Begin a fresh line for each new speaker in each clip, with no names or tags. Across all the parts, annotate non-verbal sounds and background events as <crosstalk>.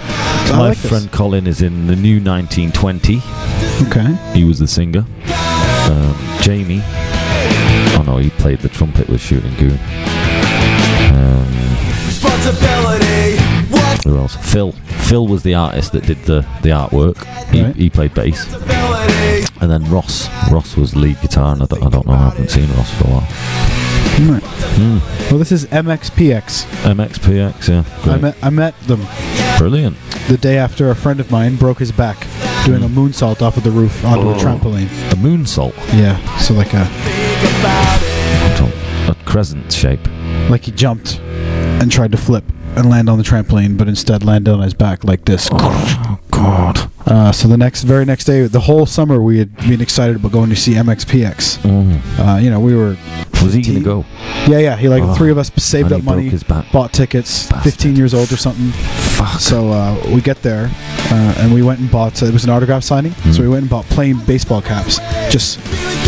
My
like this.
friend Colin is in the new 1920.
Okay.
He was the singer. Um, Jamie. Oh no, he played the trumpet with Shooting Goon. Um,
Responsibility. What?
who else? Phil. Phil was the artist that did the, the artwork. He,
Right.
he played bass.
Responsibility.
And then Ross. Ross was lead guitar, and I don't, I don't know. I haven't seen Ross for a while.
Right.
Hmm.
Well, this is MXPX.
MXPX, yeah.
I
Great.
met, I met them
Brilliant.
the day after a friend of mine broke his back doing a moonsault off of the roof onto a
Hmm. Oh.
trampoline.
A moonsault.
Yeah. So like uh, a
Think about it.
A crescent shape.
like he jumped and tried to flip and land on the trampoline, but instead landed on his back like this.
Oh, God.
Uh, so the next, very next day, the whole summer we had been excited about going to see MXPX. Uh, you know, we were,
Mm. Was he going to
15?
go?
yeah, yeah. He like
Oh.
the three of us saved
And
up
he broke
money,
his back.
bought tickets.
Bastard.
Fifteen years old or something.
Fuck.
So uh, we get there, uh, and we went and bought. Uh, it was an autograph signing,
Hmm.
so we went and bought plain baseball caps, just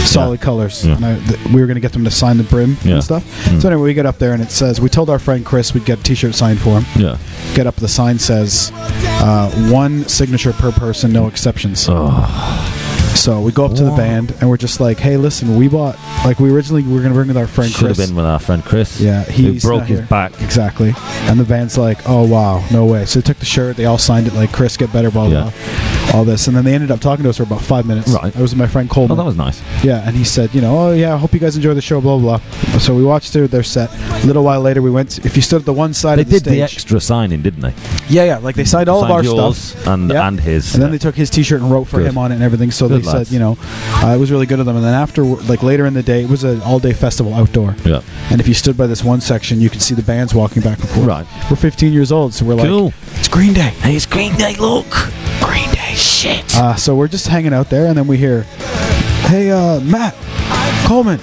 solid colors.
Yeah.
And I, th- we were going to get them to sign the brim
Yeah. Hmm.
and stuff. So anyway, we get up there, and it says we told our friend Chris we'd get a T-shirt signed for him.
yeah.
Get up, the sign says uh, one signature per person, no exceptions.
Oh,
So we go up to the band, and we're just like, "Hey, listen, we bought like we originally we were going to bring with our friend
should have
Chris.
been with our friend Chris.
Yeah,
Who
he's
broke
not
his
here.
back.
Exactly. And the band's like, oh, wow, no way. So they took the shirt, they all signed it, like, Chris, get better, blah, blah, blah. All this. And then they ended up talking to us for about five minutes.
Right.
I was with my friend
Oh,
Coleman.
that was nice.
yeah, and he said, you know, oh, yeah, I hope you guys enjoy the show, blah, blah. blah. So we watched their, their set. A little while later, we went, to- if you stood at the one side
They
of the
did the
stage.
extra signing, didn't they?
yeah, yeah, like they signed all of
Signed
our
yours
stuff.
and
Yeah.
and his.
And then they took his T-shirt and wrote for
Good.
him on it and everything. So
Good
they
lads.
said, you know, uh, it was really good of them. And then after, like later in the day, it was an all-day festival outdoor.
yeah.
And if you stood by this one section, you could see the bands walking back and forth.
Right.
We're 15 years old, so we're like,
Cool.
it's Green Day.
Hey, it's Green Day. Look, Green Day. Shit.
Uh, so we're just hanging out there, and then we hear, "Hey, uh, Matt Coleman,"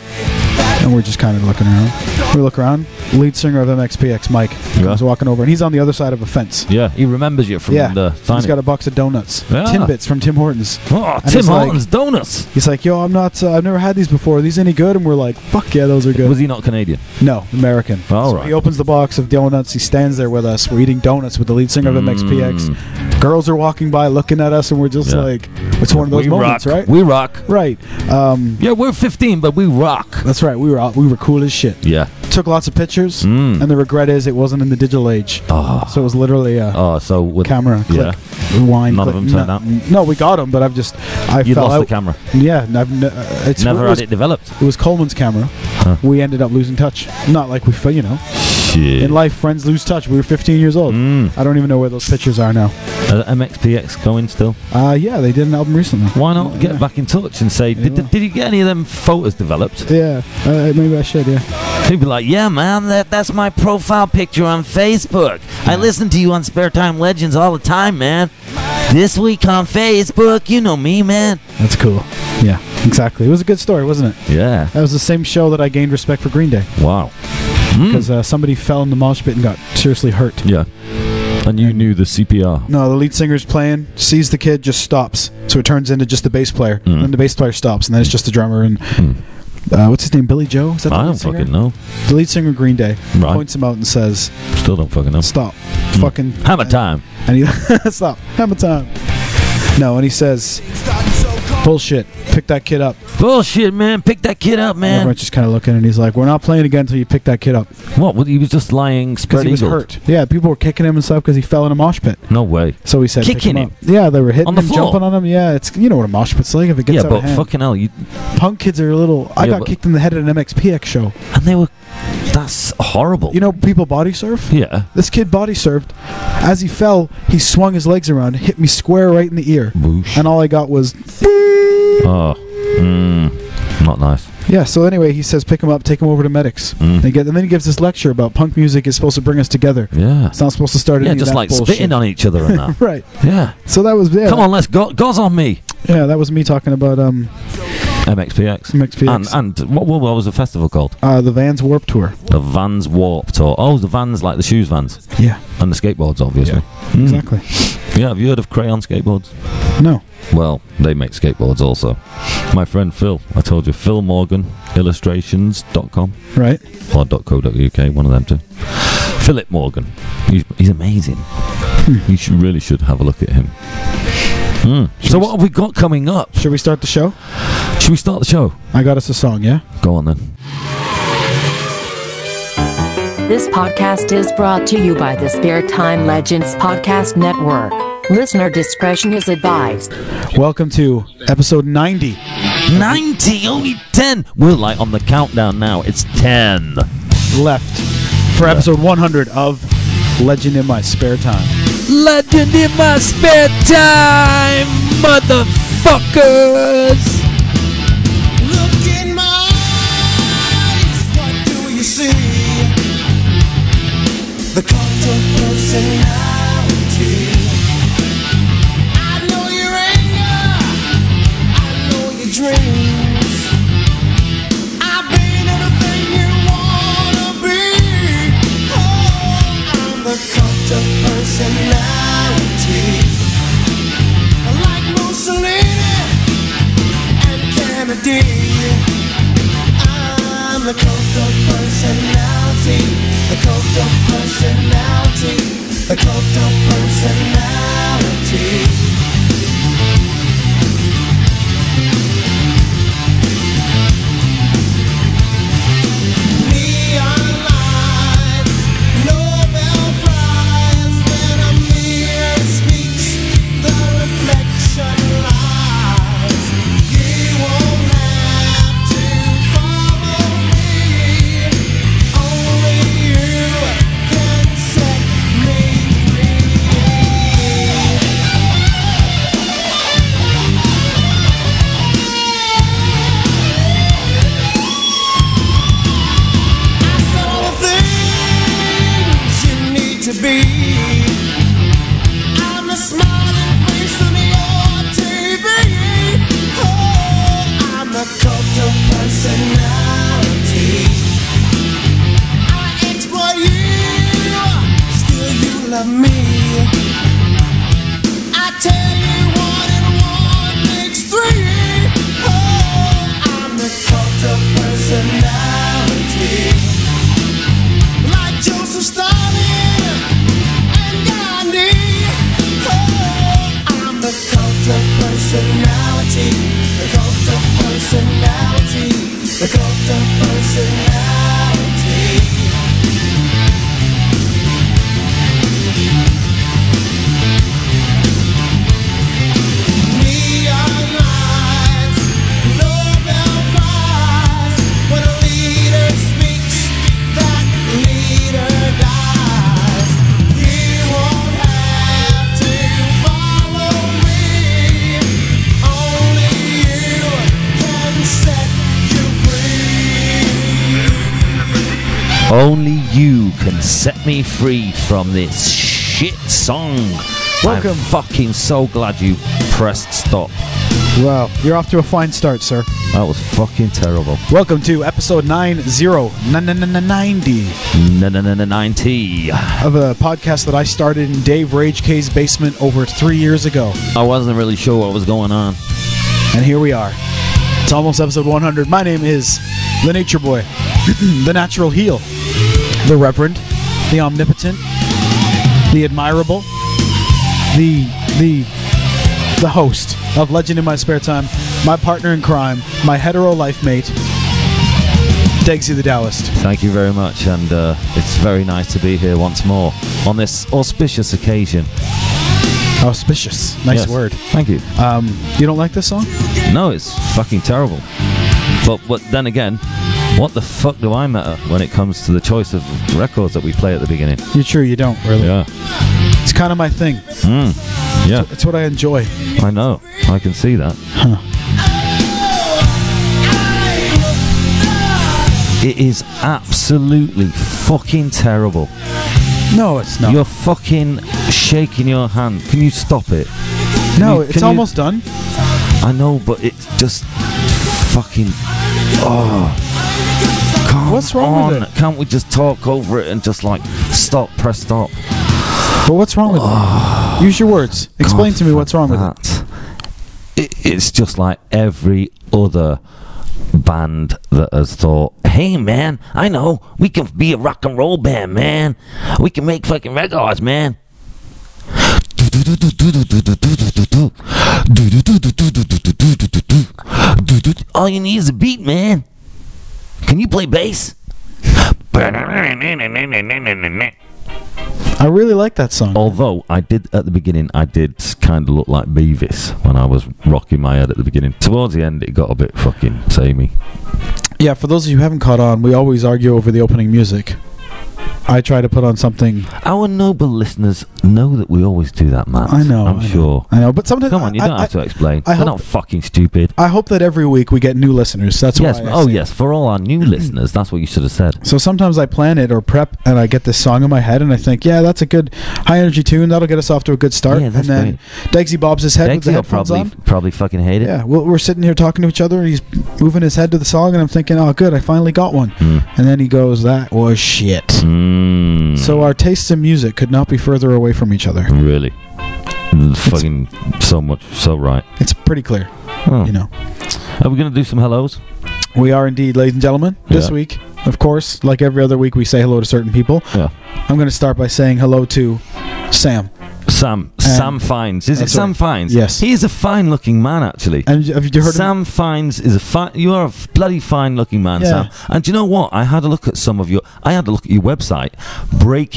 and we're just kind of looking around. We look around. Lead singer of MXPX, Mike,
Yeah.
comes walking over, and he's on the other side of a fence.
yeah, he remembers you from
yeah,
the signing.
he's got a box of donuts,
Yeah.
Timbits from Tim Hortons.
oh,
and
Tim
it's like-
Hortons donuts.
He's like, "Yo, I'm not. Uh, I've never had these before. Are these any good?" And we're like, "Fuck yeah, those are good."
Was he not Canadian?
no, American.
All
so
right.
He opens the box of donuts. He stands there with us. We're eating donuts with the lead singer
Mm.
of MXPX. Girls are walking by, looking at us, and we're just
Yeah.
like, "It's one of those
we
moments,
rock.
right?"
We rock.
right. Um,
Yeah, we're 15, but we rock.
That's right. We were out, we were cool as shit.
Yeah.
Took lots of pictures,
Mm.
and the regret is it wasn't in the digital age.
Oh.
So it was literally a
Oh, so with
camera
Yeah.
click, rewind.
None of
click,
them turned
no-
up.
No, we got them, but I've just I
You
fell
lost
out.
the camera.
Yeah, n- I've ne- uh, it's
Never
it was,
had it developed.
it was Coleman's camera.
Huh.
We ended up losing touch. Not like we, fe- you know,
Shit.
in life friends lose touch. We were 15 years old.
Mm.
I don't even know where those pictures are now.
Uh, MXPX going still?
Uh, yeah, they did an album recently.
Why not get back in touch and say, did,
Yeah.
did you get any of them photos developed?
Yeah, uh, maybe I should. Yeah,
He'd be like, yeah, man, that, that's my profile picture on Facebook. I listen to you on Spare Time Legends all the time, man. This week on Facebook, you know me, man.
that's cool. Yeah, exactly. It was a good story, wasn't it?
Yeah.
That was the same show that I gained respect for Green Day.
Wow.
because uh, somebody fell in the mosh pit and got seriously hurt.
Yeah. And you knew the CPR.
No, the lead singer's playing, sees the kid, just stops. So it turns into just the bass player. And then the bass player stops, and then it's just the drummer. And uh, what's his name? Billy Joe? Is that
Hmm.
the
I
lead
don't
singer?
fucking know.
The lead singer of Green Day
Right.
points him out and says,
Still don't fucking know.
Stop. Fucking. uh,
Hammer time.
And he, <laughs> Stop. Hammer time. No, and he says,
Starting so cold.
Bullshit. Pick that kid up.
Bullshit, man. Pick that kid up,
And
man.
everyone's just kind of looking, and he's like, We're not playing again until you pick that kid up.
What? He was just lying
Because
spread
he was
eagle.
hurt. Yeah, people were kicking him and stuff because he fell in a mosh pit.
No way.
So we said, pick
Kicking him.
up. Yeah, they were hitting
On the
him,
floor.
jumping on him. Yeah, it's you know what a mosh pit's like if it gets
Yeah,
out
but
of hand.
fucking hell, you,
Punk kids are a little. I
Yeah,
got
but-
kicked in the head at an MXPX show.
and they were. That's horrible.
You know, people body surf.
Yeah.
This kid body surfed. As he fell, he swung his legs around, hit me square right in the ear,
Whoosh.
and all I got was.
Oh. Mm. Not nice. Mm.
Yeah. So anyway, he says, pick him up, take him over to medics, and, he get, and then he gives this lecture about punk music is supposed to bring us together.
Yeah.
<laughs> It's not supposed to start.
Yeah,
any of
just
that
like
bullshit.
spitting on each other and
<laughs>
that.
Right.
yeah.
So that was yeah.
Come on, let's go. Goes on me.
Yeah, that was me talking about um
MXPX.
MXPX.
And, and what, what was the festival called?
uh, the Vans Warp Tour.
The Vans Warped Tour. Oh, the Vans, like the shoes vans.
Yeah.
And the skateboards, obviously. Yeah,
Exactly.
yeah have you heard of Crayon Skateboards?
No.
Well, they make skateboards also. My friend Phil, I told you, Phil Morgan, illustrations.com
Right.
or .co.uk, one of them two.
Philip Morgan. He's, he's amazing.
Hmm.
you should, really should have a look at him. Hmm. So what have we got coming up?
Should we start the show?
Should we start the show?
I got us a song, yeah?
Go on then.
This podcast is brought to you by the Spare Time Legends Podcast Network. Listener discretion is advised.
Welcome to episode 90.
90, only 10. We're like on the countdown now. It's 10.
Left for episode 100 of Legend in My Spare Time.
Legend in my spare time, motherfuckers.
Look in my eyes, what do you see? The cult of personality. I know your anger, I know your dreams. I've been everything you wanna be. Oh, I'm the cult of personality. Like Mussolini and Kennedy. I'm the cult of personality, the cult of personality, the cult of personality. Neon lights, Nobel Prize, when a mirror speaks, the reflection lies. He won't have to follow me. Only you can set me free. I saw the things you need to be. I'm the smiling face on your TV. Oh, I'm the cult of personality. I exploit you, still you love me. I tell you one and one makes three. Oh, I'm the cult of personality like Joseph Stalin and Gandhi. Oh, I'm the cult of personality, the cult of personality, the cult of personality. Neon lights, Nobel Prize. When a leader speaks, that leader dies. He won't have to follow me. Only you can set you free.
Only you can set me free from this shit song.
Welcome.
I'm fucking so glad you pressed stop.
Well, you're off to a fine start, sir.
That was fucking terrible.
Welcome to episode 90, 90
No, no, no, no, 90.
of a podcast that I started in Dave Rage K's basement over three years ago.
I wasn't really sure what was going on.
And here we are. It's almost episode 100. My name is The Nature Boy, <clears throat> The Natural Heel, The Reverend, The Omnipotent, The Admirable, The the the host of Legend in My Spare Time, my partner in crime, my hetero life mate, Degsy the Taoist.
Thank you very much, and uh, it's very nice to be here once more on this auspicious occasion.
Auspicious. Nice
Yes.
word.
Thank you.
Um, you don't like this song?
No, it's fucking terrible. But but then again, what the fuck do I matter when it comes to the choice of records that we play at the beginning?
You're true, you don't, really.
Yeah,
It's kind of my thing.
Hmm. yeah,
It's what I enjoy.
I know. I can see that. It is absolutely fucking terrible.
No, it's not.
You're fucking shaking your hand. Can you stop it?
no,
you-
it's
can you-
almost done.
I know, but it's just fucking. Oh. Come
What's wrong with
on.
it?
Can't we just talk over it and just like stop, press stop?
But what's wrong with <sighs> it? Use your words. Explain
God,
to me
Oh
what's wrong with it.
that. it. It's just like every other band that has thought,
Hey man, I know we can be a rock and roll band, man. We can make fucking records, man. All you need is a beat, man. Can you play bass?
I really like that song.
although I did at the beginning, I did kind of look like Beavis when I was rocking my head at the beginning. Towards the end, it got a bit fucking samey.
Yeah, for those of you who haven't caught on, we always argue over the opening music. I try to put on something.
Our noble listeners know that we always do that, Matt.
I know.
I'm
I know,
sure.
I know, but sometimes
Come on, you
I,
don't
I,
have to explain.
I
They're
hope-
not fucking stupid.
I hope that every week we get new listeners. That's
yes.
why. I
Oh,
say-
yes. For all our new
<clears throat>
listeners, that's what you should have said.
So sometimes I plan it or prep, and I get this song in my head, and I think, yeah, that's a good high energy tune. That'll get us off to a good start.
Yeah, that's
and then Degsy bobs his head with the
Dexy will
headphones
probably
on.
probably fucking hate it.
Yeah, well, we're sitting here talking to each other. and He's moving his head to the song, and I'm thinking, oh, good, I finally got one.
Mm.
And then he goes, that was shit.
Mm.
So our tastes in music could not be further away from each other.
really, fucking so much, so right.
It's pretty clear,
Oh.
you know.
Are we gonna do some hellos?
We are indeed, ladies and gentlemen. This
Yeah.
week, of course, like every other week, we say hello to certain people.
Yeah.
I'm going to start by saying hello to Sam.
Sam, Sam Fines. Is it
that's
Sam
right.
Fines?
Um, uh, Yes.
He is a fine-looking man, actually.
And have you heard
Sam Fines is a fine. You are a f- bloody fine-looking man,
Yeah.
Sam. And do you know what? I had a look at some of your. I had a look at your website,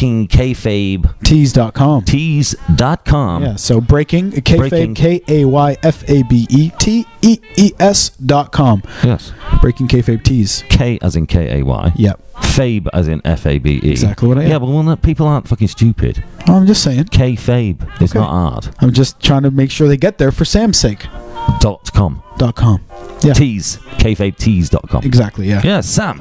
breakingkayfabe.
of tease.com?
tees.com.
Yeah, so breaking,
Breaking.
kayfabe, K A Y F A B E T E E S dot com.
Yes.
Breaking kayfabe tees.
K as in K A Y.
Yep,
Fabe as in F A B E.
exactly what I am.
Yeah, but well, no, people aren't fucking stupid.
I'm just saying.
K Fabe is
Okay.
not hard.
I'm just trying to make sure they get there for Sam's sake.
Dot com.
Dot com. Yeah.
Tees. Kfabetees.com.
Exactly, Um, yeah.
Yeah, Sam.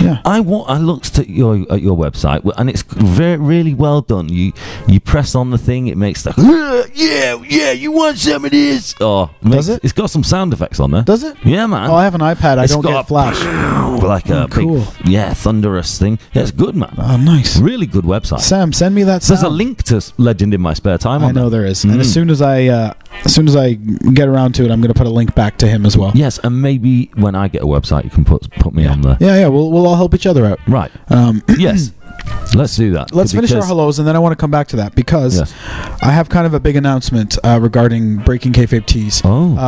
Yeah.
I wa- I looked at your at your website w- and it's very really well done. You you press on the thing, it makes the "Ugh, yeah yeah. You want some of this? Oh, makes-
Does it?
It's got some sound effects on there.
Does it?
yeah, man.
Oh, I have an iPad. I
It's
don't
got
get
a-
Flash.
like a
Oh, cool.
big yeah thunderous thing. Yeah, it's good, man.
Oh, nice.
Really good website.
Sam, send me that
There's a
sound.
link to S- Legend in my spare time.
I
on
know
that.
there is. And as
Mm.
soon as I uh, as soon as I get around to it, I'm going to put a link back to him as well.
Yes, and maybe when I get a website, you can put put me on there.
yeah, yeah. We'll we'll all help each other out.
Right.
Um, <clears throat>
Yes. Let's do that.
let's finish our
Because-
hellos, and then I want to come back to that because
Yes.
I have kind of a big announcement uh, regarding breaking kayfabe tease.
Oh.
Uh,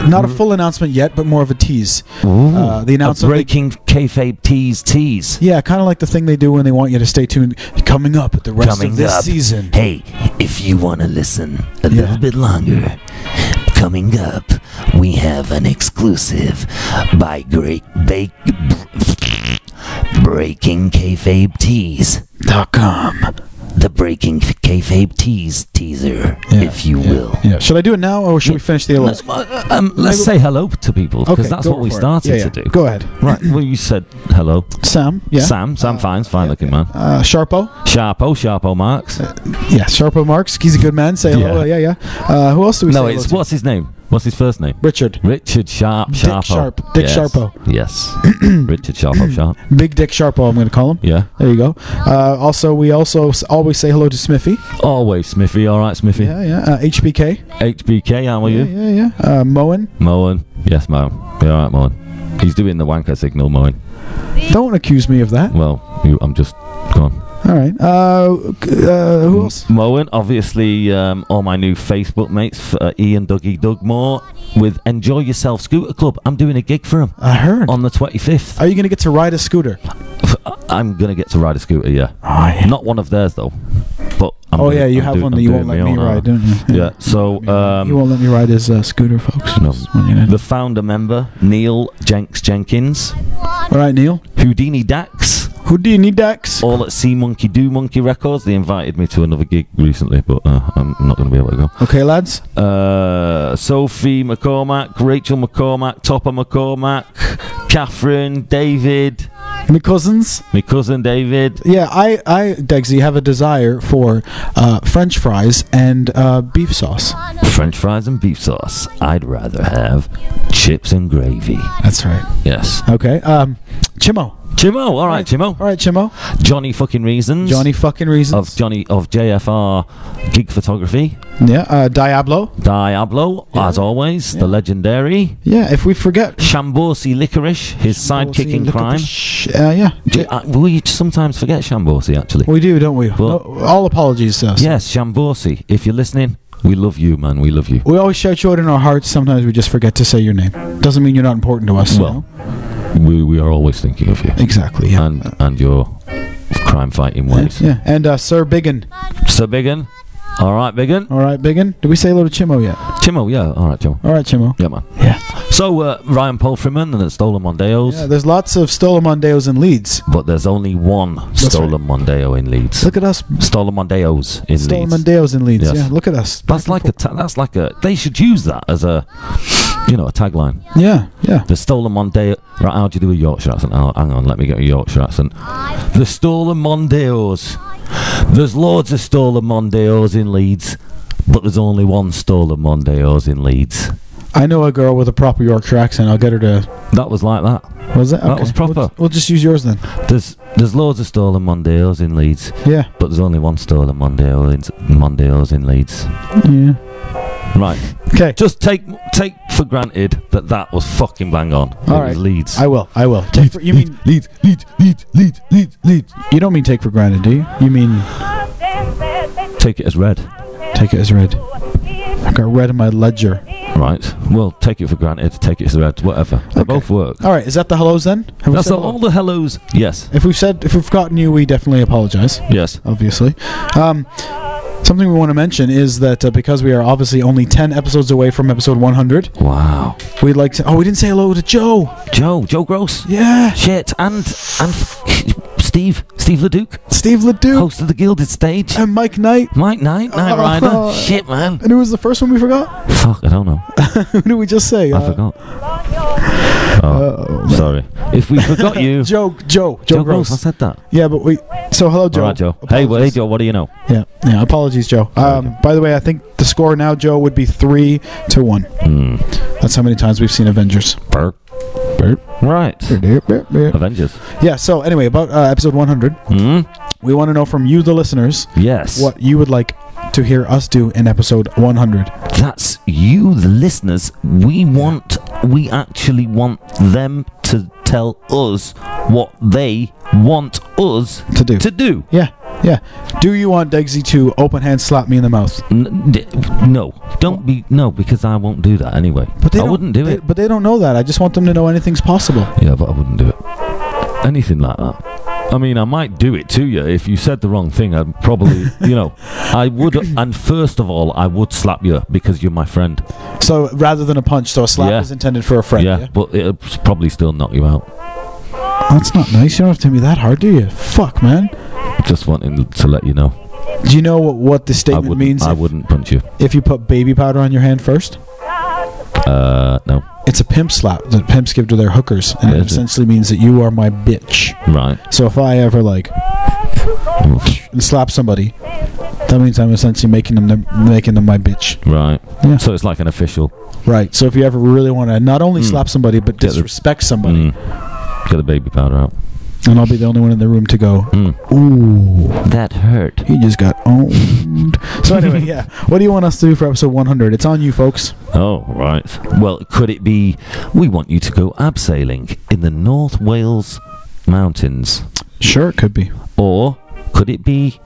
uh, not a full announcement yet, but more of a tease.
Ooh.
Uh, the
A
announcement.
breaking kayfabe tease tease.
yeah, kind of like the thing they do when they want you to stay tuned. Coming up at the rest
Coming
of this
up.
season.
Hey, if you want to listen a
Yeah.
little bit longer, coming up, we have an exclusive by Great Bake Breaking Kayfabe Tease.
Dot com.
The Breaking Kayfabe Tease teaser,
Yeah,
if you
yeah,
will.
Yeah. Should I do it now, or should we finish the hellos?
Let's, uh, um, let's say hello to people because that's
go
what we
for it.
started
Yeah, yeah.
to do.
Go ahead,
Right. Well, you said hello.
Sam. Yeah.
Sam. Sam Fines. Fine looking man.
Uh, Sharpo.
Sharpo. Sharpo Marks.
Uh, Yeah, Sharpo Marks. He's a good man. Say hello. Yeah,
Yeah.
yeah. Uh, who else do we
no,
say
it's
hello
what's his name? What's his first name?
to? Richard.
Richard Sharp.
Dick
Sharpo.
Sharp. Dick
yes.
Sharpo. <clears throat>
Yes. Richard Sharpo Sharp.
Big Dick Sharpo, I'm going to call him.
Yeah.
There you go. Uh, also, we also s- always say hello to Smithy.
Always Smithy. All right, Smithy. Oh,
Yeah, yeah. Uh, HBK.
HBK. How are
Yeah,
you?
yeah, yeah. Uh, Moen.
Moen. Yes, Moen. You all right, Moen? He's doing the wanker signal, Moen.
Don't accuse me of that.
Well, you, I'm just gone.
All right. Uh, c- uh, who else?
Moen, obviously, um, all my new Facebook mates, f- uh, Ian, Dougie, Doug Moore, with Enjoy Yourself Scooter Club. I'm doing a gig for him
I heard.
on the 25th.
Are you going to get to ride a scooter?
I'm going to get to ride a scooter, yeah.
Oh, yeah.
Not one of theirs, though. But I'm
oh,
doing-
yeah. You
I'm
have
doing-
one
I'm
that you
doing
won't let
my
me
own,
ride,
uh,
don't <laughs> you?
Yeah, so
you
um,
won't let me ride his uh, scooter, folks.
No.
Just want you to know.
the founder member, Neil Jenks Jenkins,
All right, Neil.
Houdini Dax,
Who do you need, Dax?
all at Sea Monkey Do Monkey Records. They invited me to another gig recently, but uh, I'm not going to be able to go.
Okay, lads.
Uh, Sophie McCormack, Rachel McCormack, Topper McCormack, Catherine, David,
My cousins.
my cousin David.
Yeah, I, I, Degsy, have a desire for uh, French fries and uh, beef sauce.
French fries and beef sauce. I'd rather have chips and gravy.
That's right.
Yes.
Okay. Um, Chimo.
Chimo, all right,
All
Chimo.
right, Chimo.
Johnny fucking reasons.
Johnny fucking reasons.
of Johnny of JFR gig photography.
yeah, uh, Diablo.
Diablo, as always, the legendary.
Yeah, if we forget. Oh,
Shamborsi Licorice, his sidekick in
Look at
crime.
the sh- Uh, yeah.
Do- uh, we sometimes forget Shamborsi, actually.
We do, don't we?
Well-
No- all apologies uh, to us.
Yes, Shamborsi, if you're listening, we love you, man. We love you.
We always shout you out in our hearts. Sometimes we just forget to say your name. Doesn't mean you're not important to us. you know?
Well, we, we are always thinking of you
exactly. Yeah.
and and your crime fighting ways.
yeah. And uh, Sir Biggin.
So Biggin, all right, Biggin.
All right, Biggin. Did we say hello to Chimo yet?
Chimo, yeah, all right, Chimo.
All right, Chimo.
Yeah, man.
Yeah.
So uh, Ryan Polfreeman and the Stolen Mondeos,
Yeah, there's lots of Stola Mondeos in Leeds.
but there's only one Stolen Mondeo in Leeds.
Look at us.
Stolen Mondeos in
Stola
Leeds.
Mondeos in Leeds.
Yes.
Yeah, look at us.
That's like a ta- that's like a they should use that as a you know a tagline.
Yeah, yeah.
The stolen Mondeo. Right, how do you do a Yorkshire accent? Oh, hang on, let me get a Yorkshire accent. The stolen Mondeos. There's loads of stolen Mondeos in Leeds, but there's only one stolen Mondeos in Leeds.
I know a girl with a proper Yorkshire accent. I'll get her to.
That was like that.
Was that?
That
Okay.
was proper.
We'll, we'll just use yours then.
There's there's loads of stolen Mondeos in Leeds,
Yeah.
but there's only one stolen Mondeo in Mondeos in Leeds.
Yeah.
Right.
Okay.
Just take take for granted that that was fucking bang on.
All
it
right.
was Leeds.
I will. I will. Take for, you mean
Leeds, Leeds, Leeds, Leeds, Leeds, Leeds.
you don't mean take for granted, do you? You mean
Take it as read.
take it as read. I got read in my ledger.
Right. Well, take it for granted. Take it as read. Whatever. They
Okay.
both work.
All right. Is that the hellos then? Have we
That's
said
all,
hello?
all the hellos. Yes.
If we've said if we've forgotten you, we definitely apologize.
Yes.
Obviously. Um, something we want to mention is that uh, because we are obviously only ten episodes away from episode 100,
Wow.
we'd like to. Oh, we didn't say hello to Joe.
Joe. Joe Gross.
Yeah.
Shit. And and Steve. Steve LeDuc,
Steve Ledoux
host of the Gilded Stage.
and Mike Knight.
Mike Knight, Knight
Oh.
Rider. Shit, man.
And who was the first one we forgot? <laughs>
Fuck. I don't know.
Who did we just say? Uh,
I forgot. Oh, sorry. If we forgot you, Joe,
<laughs> Joe, Joe, Joe,
Gross.
Gross.
I said that.
Yeah, but we. So hello, Joe.
All right, Joe. Hey, well, hey, Joe. What do you know?
Yeah, yeah. Apologies, Joe. Um, by the way, I think the score now, Joe, would be three to one.
Hmm.
That's how many times we've seen Avengers.
Burp.
Burp.
Right. Avengers.
Yeah. So anyway, about uh, episode 100,
Hmm.
we want to know from you, the listeners,
Yes.
what you would like to hear us do in episode 100.
That's you, the listeners. We want, we actually want them to tell us what they want us
To do.
to do.
yeah, yeah. Do you want Degsy to open hand slap me in the mouth?
N- d- no, don't be no, because I won't do that anyway.
But they
I
don't-
wouldn't do
they-
it.
But they don't know that. I just want them to know anything's possible.
Yeah, but I wouldn't do it. Anything like that. I mean, I might do it to you if you said the wrong thing. I'd
<laughs>
probably, you know, I would. And first of all, I would slap you because you're my friend.
So rather than a punch, so a slap
Yeah.
is intended for a friend.
yeah, but it'll probably still knock you out.
That's not nice. You don't have to hit me that hard, do you? Fuck, man.
Just wanting to let you know.
Do you know what, what this
I
statement
wouldn't,
means
I
if,
wouldn't punch you.
if you put baby powder on your hand first?
Uh, no.
It's a pimp slap that pimps give to their hookers, and it
Is it?
essentially means that you are my bitch.
Right.
So if I ever like slap somebody, that means I'm essentially making them them making them my bitch.
Right.
Yeah.
So it's like an official.
Right. So if you ever really want to not only
Mm.
slap somebody but
Get the-
disrespect somebody,
Mm. Get the baby powder out.
and I'll be the only one in the room to go,
Mm.
ooh.
That hurt.
He just got owned. <laughs> so anyway, yeah. What do you want us to do for episode 100? It's on you, folks.
Oh, right. Well, could it be we want you to go abseiling in the North Wales mountains?
Sure, it could be.
Or could it be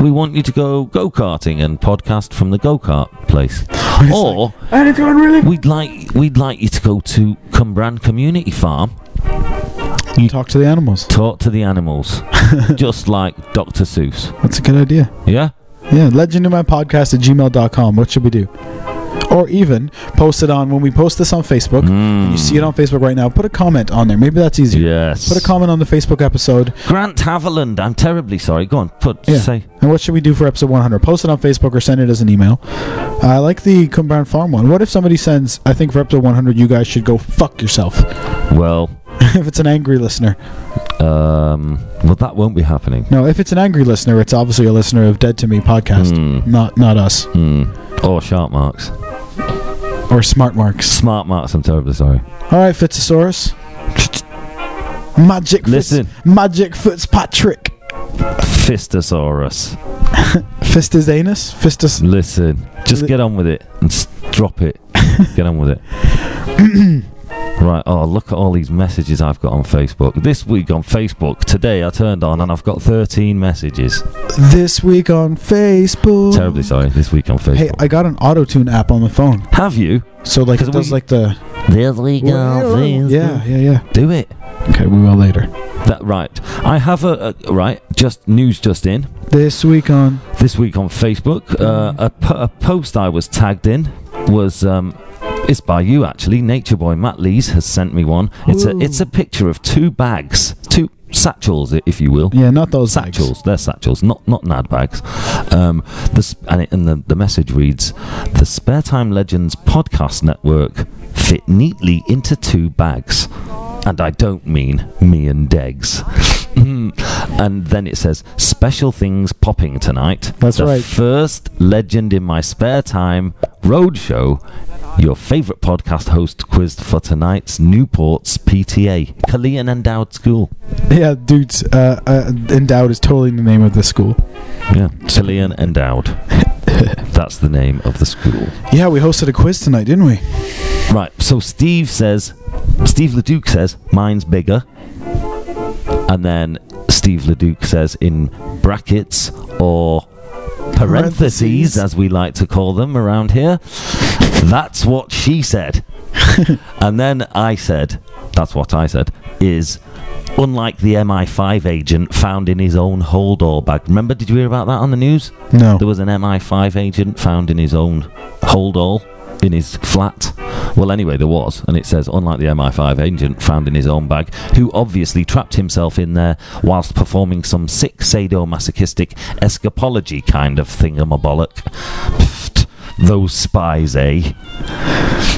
we want you to go go karting and podcast from the go kart place? or
And it's going really.
we'd like we'd like you to go to Cumbran Community Farm
Talk to the animals.
talk to the animals, just like Dr. Seuss.
That's a good idea.
Yeah?
Yeah, legend in my podcast at gmail.com. What should we do? Or even post it on when we post this on Facebook.
Mm.
You see it on Facebook right now. Put a comment on there. Maybe that's easier.
Yes.
Put a comment on the Facebook episode.
Grant Haviland, I'm terribly sorry. Go on, put
Yeah.
say.
And what should we do for episode 100? Post it on Facebook or send it as an email. I like the Cumbran Farm one. What if somebody sends, I think for episode 100, you guys should go fuck yourself? <laughs>
Well,
if it's an angry listener.
um, well that won't be happening.
No, if it's an angry listener, it's obviously a listener of Dead to Me podcast,
Mm,
not not us
mm. Or sharp marks,
or Smart Marks.
smart marks. I'm terribly sorry.
All right, Fitzosaurus. Magic.
Listen.
Fitz, Magic Fitzpatrick.
Fistosaurus.
Fistus anus. Fistus.
Listen, just
Li-
get on with it and s- drop
<laughs>
it. get on with
<clears throat>
it. right, oh, look at all these messages I've got on Facebook. This week on Facebook, today I turned on and I've got 13 messages.
This week on Facebook.
Terribly sorry, this week on Facebook.
Hey, I got an auto tune app on the phone.
Have you?
So like it
'Cause
does
we-
like the
This week on Facebook.
yeah yeah yeah.
Do it.
Okay, we will later.
That Right, I have a, a. Right, just news just in.
This week on
This week on Facebook, uh, a, po- a post I was tagged in was um, it's by you actually. Nature boy Matt Lees has sent me one. It's a it's a picture of two bags, two satchels, i- if you will.
yeah, not those bags.
Satchels, they're satchels, not not nad bags. Um, the sp- and, it, and the, the message reads: the Spare Time Legends podcast network fit neatly into two bags, and I don't mean me and Degs. <laughs> Mm. and then it says special things popping tonight.
That's
the
right.
First legend in my spare time roadshow. Your favourite podcast host quizzed for tonight's Newport's PTA, Kalian Endowed School.
Yeah, dudes. Uh, uh, endowed is totally the name of the school.
Yeah, Cillian Endowed. That's the name of the school.
Yeah, we hosted a quiz tonight, didn't we?
Right, so Steve says, Steve LeDuc says, mine's bigger. And then Steve LeDuc says in brackets or parentheses,
Parentheses.
as we like to call them around here, that's what she said. and then I said, that's what I said, is unlike the MI5 agent found in his own hold all bag. Remember, did you hear about that on the news?
No.
There was an MI5 agent found in his own hold all in his flat. Well, anyway, there was, and it says, unlike the MI5 agent found in his own bag, who obviously trapped himself in there whilst performing some sick sadomasochistic escapology kind of thingamabollock. Pfft, those spies, eh?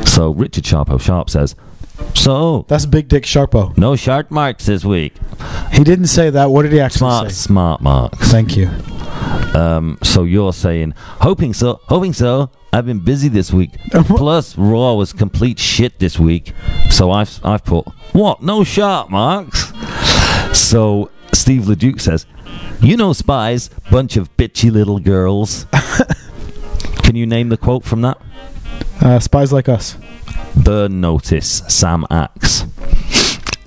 So Richard Sharpo Sharp says, so.
That's Big Dick Sharpo.
No sharp marks this week.
He didn't say that. What did he actually
Smart,
say?
smart marks.
Thank you.
Um, so you're saying, hoping so, hoping so. I've been busy this week. Plus, Raw was complete shit this week. So I've I've put what? No sharp marks. So Steve LeDuc says, "You know spies, bunch of bitchy little girls." Can you name the quote from that?
Uh, spies like us.
Burn notice, Sam Axe.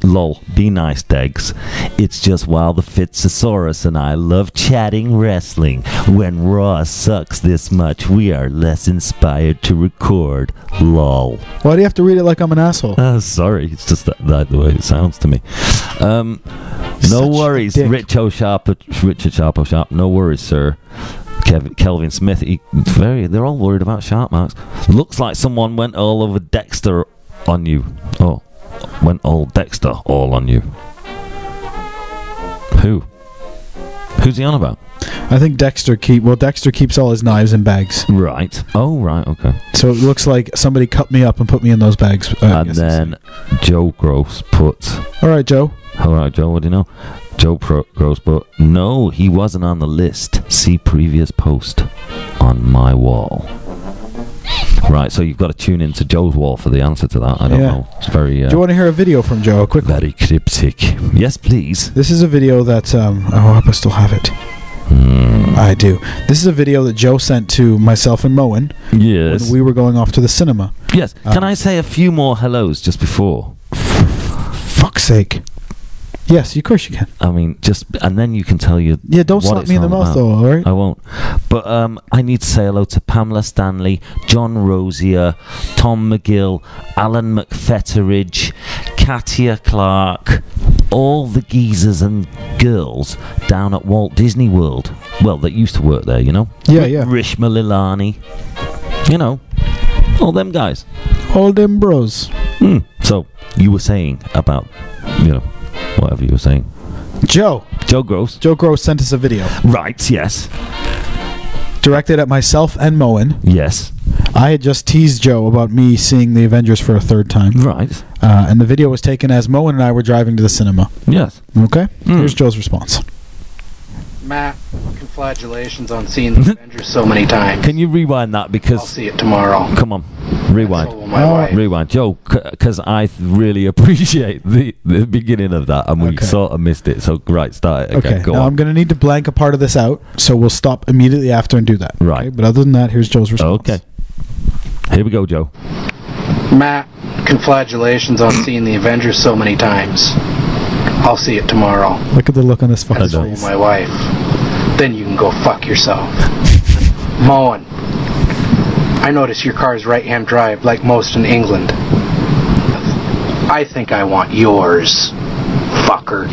Lol, be nice, Degs. It's just while the Fitzosaurus and I love chatting wrestling, when Raw sucks this much, we are less inspired to record. Lol.
Why do you have to read it like I'm an asshole?
<laughs> Uh, sorry, it's just that, that the way it sounds to me. Um, no
Such a
worries,
dick.
Rich Sharp, Richard Sharp, Sharp. No worries, sir. Kev, Kelvin Smith. He, very, they're all worried about sharp marks. Looks like someone went all over Dexter on you. Oh, went all Dexter all on you. Who? Who's he on about?
I think Dexter keep. Well, Dexter keeps all his knives in bags,
Right. Oh, right. Okay.
so it looks like somebody cut me up and put me in those bags. Uh, I
and
guess it's-
then Joe Gross put.
all right, Joe.
All right, Joe, what do you know? Joe Pro- Gross, but no, he wasn't on the list. See previous post on my wall. Right, so you've got to tune into Joe's wall for the answer to that. I don't
Yeah.
know. It's very,
Do you
uh,
want to hear a video from Joe? A quick. one?
very cryptic. Yes, please.
This is a video that. Um, oh, I hope I still have it.
Hmm.
I do. This is a video that Joe sent to myself and Moen
yes.
when we were going off to the cinema.
yes. Can
Um,
I say a few more hellos just before?
Fuck's sake. Yes, of course you can.
I mean, just and then you can tell you.
Yeah, don't
What
slap
it's
me in the
all about.
mouth though. All right.
I won't. But um, I need to say hello to Pamela Stanley, John Rosier, Tom McGill, Alan McFetteridge, Katia Clark, all the geezers and girls down at Walt Disney World. Well, that used to work there, you know?
Yeah, yeah.
Rishma Lilani. You know, all them guys.
All them bros.
Hmm. So, you were saying about, you know, whatever you were saying.
Joe.
Joe Gross.
Joe Gross sent us a video
Right, yes.
directed at myself and Moen.
Yes.
I had just teased Joe about me seeing the Avengers for a third time,
Right.
uh, and the video was taken as Moen and I were driving to the cinema.
Yes.
Okay.
Mm.
Here's Joe's response.
Matt, congratulations on seeing the Avengers so many times.
Can you rewind that
I'll
because
see it tomorrow.
come on. Rewind. Rewind, Joe, because I th- really <laughs> appreciate the, the beginning of that, and we
Okay.
sort of missed it. So right, start it again.
Okay.
Go
now
on.
I'm going to need to blank a part of this out, so we'll stop immediately after and do that.
Right.
Okay? But other than that, here's Joe's response.
Oh, okay. Here we go, <laughs> Joe.
Matt, conflagulations on seeing the Avengers so many times. I'll see it tomorrow.
Look at the look on this fucker's
As will
face.
my wife. Then you can go fuck yourself. Moen, I notice your car's right-hand drive, like most in England. I think I want yours, fucker.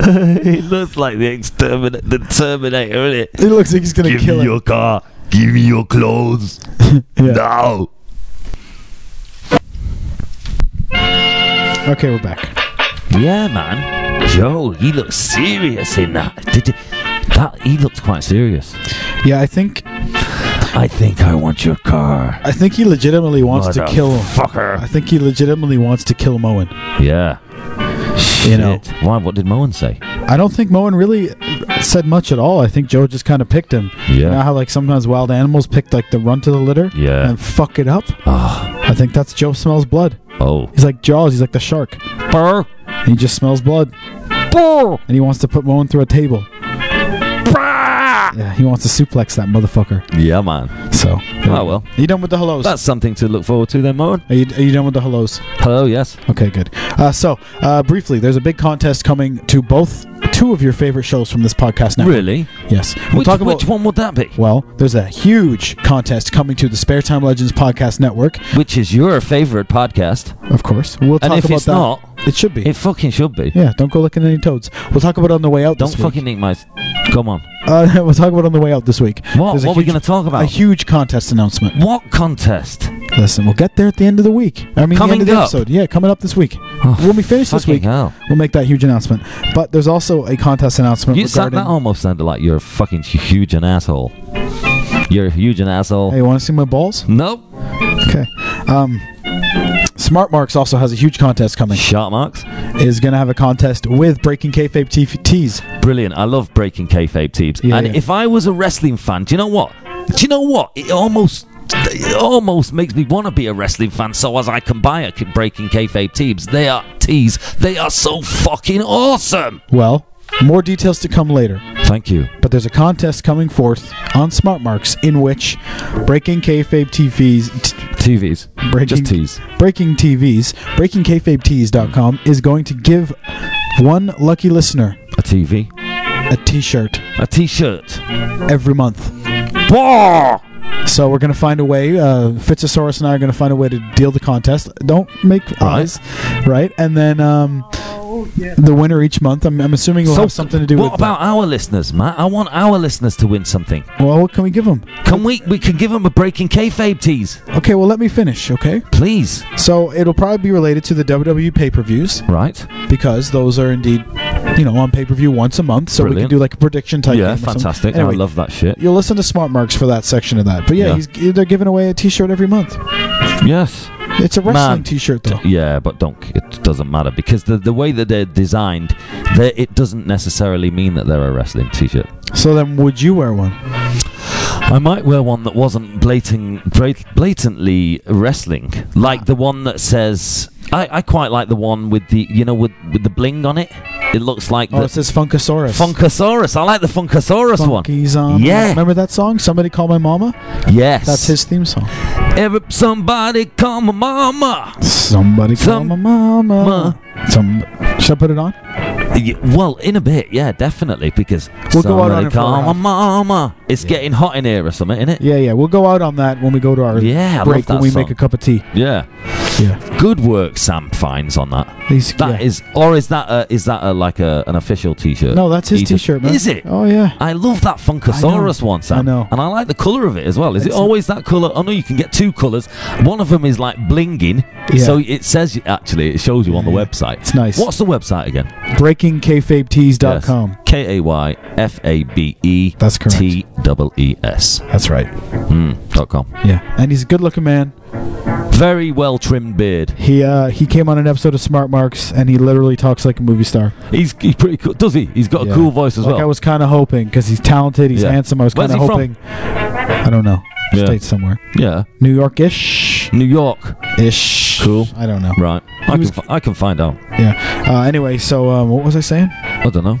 It looks like the exterminate, the Terminator, isn't it?
It looks like he's going to
Give
kill
me
it.
your car. Give me your clothes.
<laughs> Yeah.
No.
Okay, we're back.
Yeah, man. Joe, he looks serious in that. Did you, that he looks quite serious.
Yeah, I think
I think I want your car.
I think he legitimately wants to kill him. I
Fucker.
think he legitimately wants to kill Moen.
Yeah.
You know.
Shit. Why? What did Moen say?
I don't think Moen really said much at all. I think Joe just kind of picked him. You know
Yeah.
how like sometimes wild animals pick like the runt of the litter
Yeah.
and fuck it up.
Ah.
I think that's Joe smells blood.
Oh.
He's like Jaws. He's like the shark.
Burr.
And he just smells blood
Burr.
and he wants to put Moen through a table. Yeah, he wants to suplex that motherfucker.
Yeah, man.
So. there
Oh,
you
well.
go. Are you done with the hellos?
That's something to look forward to then, Moen.
Are you, are you done with the hellos?
Hello, yes.
Okay, good. Uh, so, uh, briefly, there's a big contest coming to both two of your favorite shows from this podcast now.
Really?
Yes. We'll
which,
talk about.
which one would that be?
Well, there's a huge contest coming to the Spare Time Legends Podcast Network,
Which is your favorite podcast?
of course. We'll talk
and if
about
it's
that.
not,
it should be.
it fucking should be.
yeah, don't go looking at any toads. We'll talk about it on the way out.
Don't
this week.
fucking eat my. Come on.
<laughs> Uh, we'll talk about it on the way out this week.
What?
There's a
What are we
huge-
going to talk
A
about?
huge contest announcement.
what contest?
Listen, we'll get there at the end of the week. I mean,
Coming
the end of the
up.
episode. Yeah, coming up this week.
Oh,
when we finish this
fucking
week,
hell.
we'll make that huge announcement. But there's also a contest announcement
You sound,
regarding.
that almost sounded like you're fucking huge an asshole. You're huge an asshole.
Hey, you want to see my balls?
Nope.
Okay. Um, Smart Marks also has a huge contest coming.
Sharp marks.
Is going to have a contest with Breaking Kayfabe T- Tees.
Brilliant. I love breaking kayfabe teams.
Yeah,
and
yeah.
if I was a wrestling fan, do you know what? Do you know what? It almost. It almost makes me want to be a wrestling fan so as I can buy a k- breaking kayfabe teams. They are tees. They are so fucking awesome.
Well, more details to come later.
Thank you.
But there's a contest coming forth on Smart Marks in which Breaking Kayfabe TVs. T-
TVs.
breaking,
Just tees.
Breaking TVs. BreakingKayfabeTees.com is going to give one lucky listener
A TV.
a t shirt
A t-shirt.
every month.
Bah!
So we're gonna find a way. Uh, Fitzosaurus and I are gonna find a way to deal the contest. Don't make eyes, right? And then um, the winner each month. I'm, I'm assuming will have something to do
what
with.
about our listeners, Matt? I want our listeners to win something.
well, what can we give them?
Can we? We can give them a breaking kayfabe tease,
Okay, well let me finish. Okay,
please.
so it'll probably be related to the WWE pay per views
Right?
because those are indeed, you know, on pay per view once a month. So we
Brilliant.
can do like a prediction type.
yeah,
game or something.
fantastic.
Anyway,
I love that shit.
You'll listen to Smart Marks for that section of that. But yeah,
Yeah.
He's, they're giving away a T-shirt every month.
Yes.
It's a wrestling
Man.
T-shirt though.
Yeah, but don't. It doesn't matter because the the way that they're designed, they it doesn't necessarily mean that they're a wrestling t-shirt.
So then, would you wear one?
I might wear one that wasn't blatant, blat- blatantly wrestling, like the one that says. I, I quite like the one with the you know with with the bling on it. It looks like
Oh,
the
it says Funkasaurus.
Funkasaurus. I like the Funkasaurus one.
Funkies on.
Yeah.
Remember that song? Somebody call my mama.
Yes.
That's his theme song.
Every, somebody call my mama.
Somebody call
Some-
my mama.
Ma.
Some. Should I put it on?
Y- Well, in a bit, yeah, definitely, because
We'll go out on
somebody
it for
call
a
my
half.
mama. It's
Yeah.
getting hot in here or something, isn't it?
Yeah, yeah. We'll go out on that when we go to our
Yeah, I
break
love that
when we
song.
make a cup of tea.
Yeah.
Yeah.
Good work, Sam Fines on that.
These,
That
yeah.
is, or is that a, is that a, like a, an official T-shirt?
No, that's his
He just-
T-shirt, man.
Is it?
Oh yeah.
I love that Funkasaurus
I know.
one, Sam.
I know.
And I like the colour of it as well. Is
It's-
it always that colour? Oh no, you can get two colours. One of them is like blinging,
Yeah.
so it says actually it shows you on the
Yeah.
website.
It's nice.
What's the website again?
BreakingKayfabeTees.com.
K a y f a b e
That's correct.
t double e s
That's right.
mm, dot com.
Yeah. And he's a good-looking man.
Very well trimmed beard.
He uh, he came on an episode of Smart Marks, and he literally talks like a movie star.
He's, he's pretty cool, does he? He's got
Yeah.
a cool voice as
like
well.
I was kind of hoping because he's talented, he's
Yeah.
handsome. I was
Where's
kind of
he from?
hoping. I don't know.
Yeah.
state somewhere.
Yeah.
New York ish.
New York.
Ish.
Cool.
I don't know.
Right. I
was-
can, fi- I can find out.
Yeah. Uh, anyway, so um, what was I saying? <laughs>
I don't know.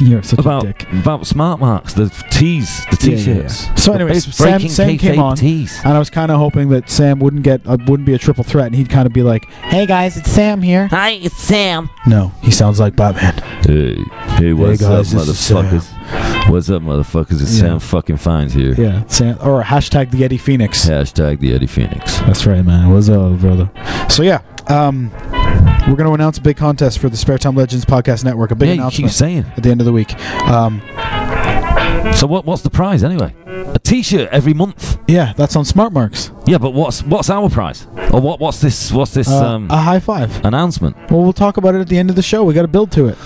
You're such
About
a dick.
about smart marks, the tees, the
Yeah, yeah,
t shirts.
yeah. So anyway, so Sam- Sam came on. Uh,
Tees.
And I was kind of hoping that Sam wouldn't get uh, wouldn't be a triple threat, and he'd kind of be like, "Hey guys, it's Sam here."
Hi, it's Sam.
No, he sounds like Batman.
Hey, hey, what's
guys,
up,
this is Sam.
motherfuckers? What's up, motherfuckers? It's
Yeah.
Sam fucking Fines here.
Yeah, Sam or hashtag the Yeti Phoenix.
Hashtag the Eddie Phoenix.
That's right, man. What's up, brother? So yeah, um, we're gonna announce a big contest for the Spare Time Legends Podcast Network. A big
yeah, you keep
announcement
saying.
at the end of the week. Um,
So what? What's the prize anyway? A T-shirt every month.
yeah, that's on Smart Marks.
Yeah, but what's what's our prize? Or what? What's this? What's this?
Uh,
um,
a high five.
announcement.
Well, we'll talk about it at the end of the show. We got to build
<sighs>
to it.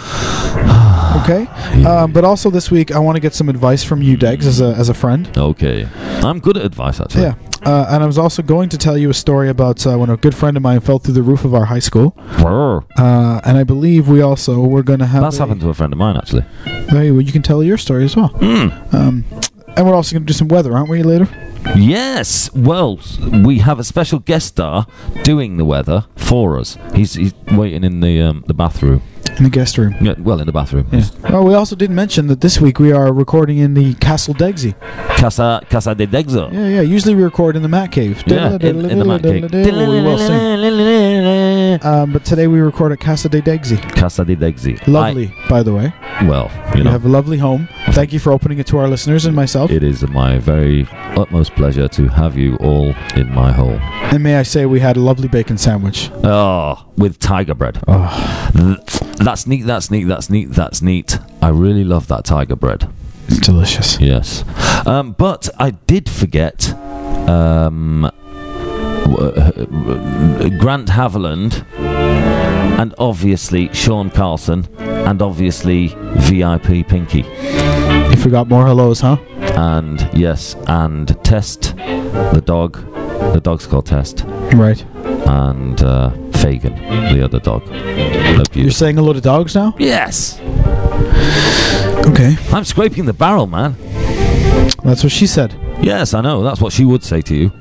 Okay. Um, but also this week, I want to get some advice from you, Degs, as a as a friend.
Okay, I'm good at advice actually.
Yeah. Uh, and I was also going to tell you a story about uh, when a good friend of mine fell through the roof of our high school.
Brr.
Uh, and I believe we also were going to have.
That's
a-
happened to a friend of mine actually.
Very well. You can tell your story as well.
Hmm.
Um, and we're also going to do some weather, aren't we, later?
Yes. Well, we have a special guest star doing the weather for us. He's, he's waiting in the um, the bathroom.
In the guest room.
Yeah, well, in the bathroom.
Yeah. Oh, we also did mention that this week we are recording in the Castle Degsy.
Casa Casa de Dexo.
Yeah, yeah. Usually we record in the Mat Cave.
Yeah, in- in the Mat Cave.
<laughs> We will soon. Um, but today we record at Casa de Degsy.
Casa de Dexi.
Lovely, by the way.
I- well, you,
You
know,
have a lovely home. Thank you for opening it to our listeners and myself.
it is my very utmost pleasure to have you all in my home.
And may I say, we had a lovely bacon sandwich.
Oh, with tiger bread. Th- That's neat, that's neat, that's neat, that's neat. I really love that tiger bread.
It's delicious.
Yes. Um, but I did forget um, w- uh, Grant Haviland and obviously Sean Carlson and obviously VIP Pinky.
You forgot more hellos, huh?
and yes, and Test, the dog, the dog's called Test,
Right.
and uh, Fagin, the other dog. They're
You're
beautiful.
saying a lot of dogs now?
Yes,
Okay.
I'm scraping the barrel, man.
That's what she said.
Yes, I know. That's what she would say to you.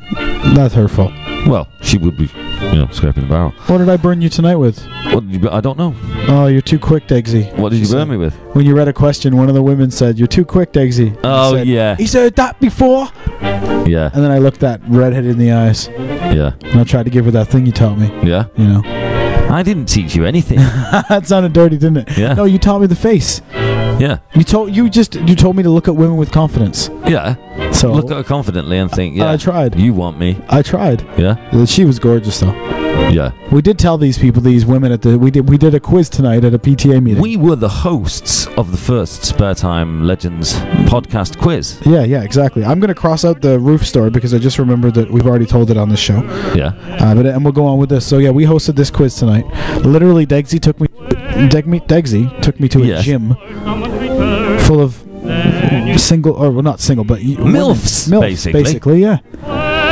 That's her fault.
Well, she would be, you know, scraping the barrel.
What did I burn you tonight with?
What did you, I don't know.
Oh, you're too quick, Degsy.
What did you
She
burn
said-
me with?
When you read a question, one of the women said, You're too quick, Degsy.
Oh
I said,
yeah,
He's heard that before.
yeah,
And then I looked that redhead in the eyes
yeah,
and I tried to give her that thing you taught me.
yeah.
You know, <laughs>
I didn't teach you anything.
that sounded dirty, didn't it?
Yeah.
No, you taught me the face.
yeah,
You told you just you told me to look at women with confidence.
yeah.
So
Look at her confidently and think, yeah,
I tried.
you want me?
I tried.
Yeah,
She was gorgeous though.
yeah.
We did tell these people, these women at the we did we did a quiz tonight at a PTA meeting.
We were the hosts of the first Spare Time Legends podcast quiz.
yeah, yeah, exactly. I'm gonna cross out the roof story because I just remembered that we've already told it on this show.
Yeah.
Uh, but and we'll go on with this. So yeah, we hosted this quiz tonight. Literally, Degsy took me, Deg me Degsy took me to a
Yes.
gym full of single or well, not single, but y- women.
MILFs, basically.
basically, yeah.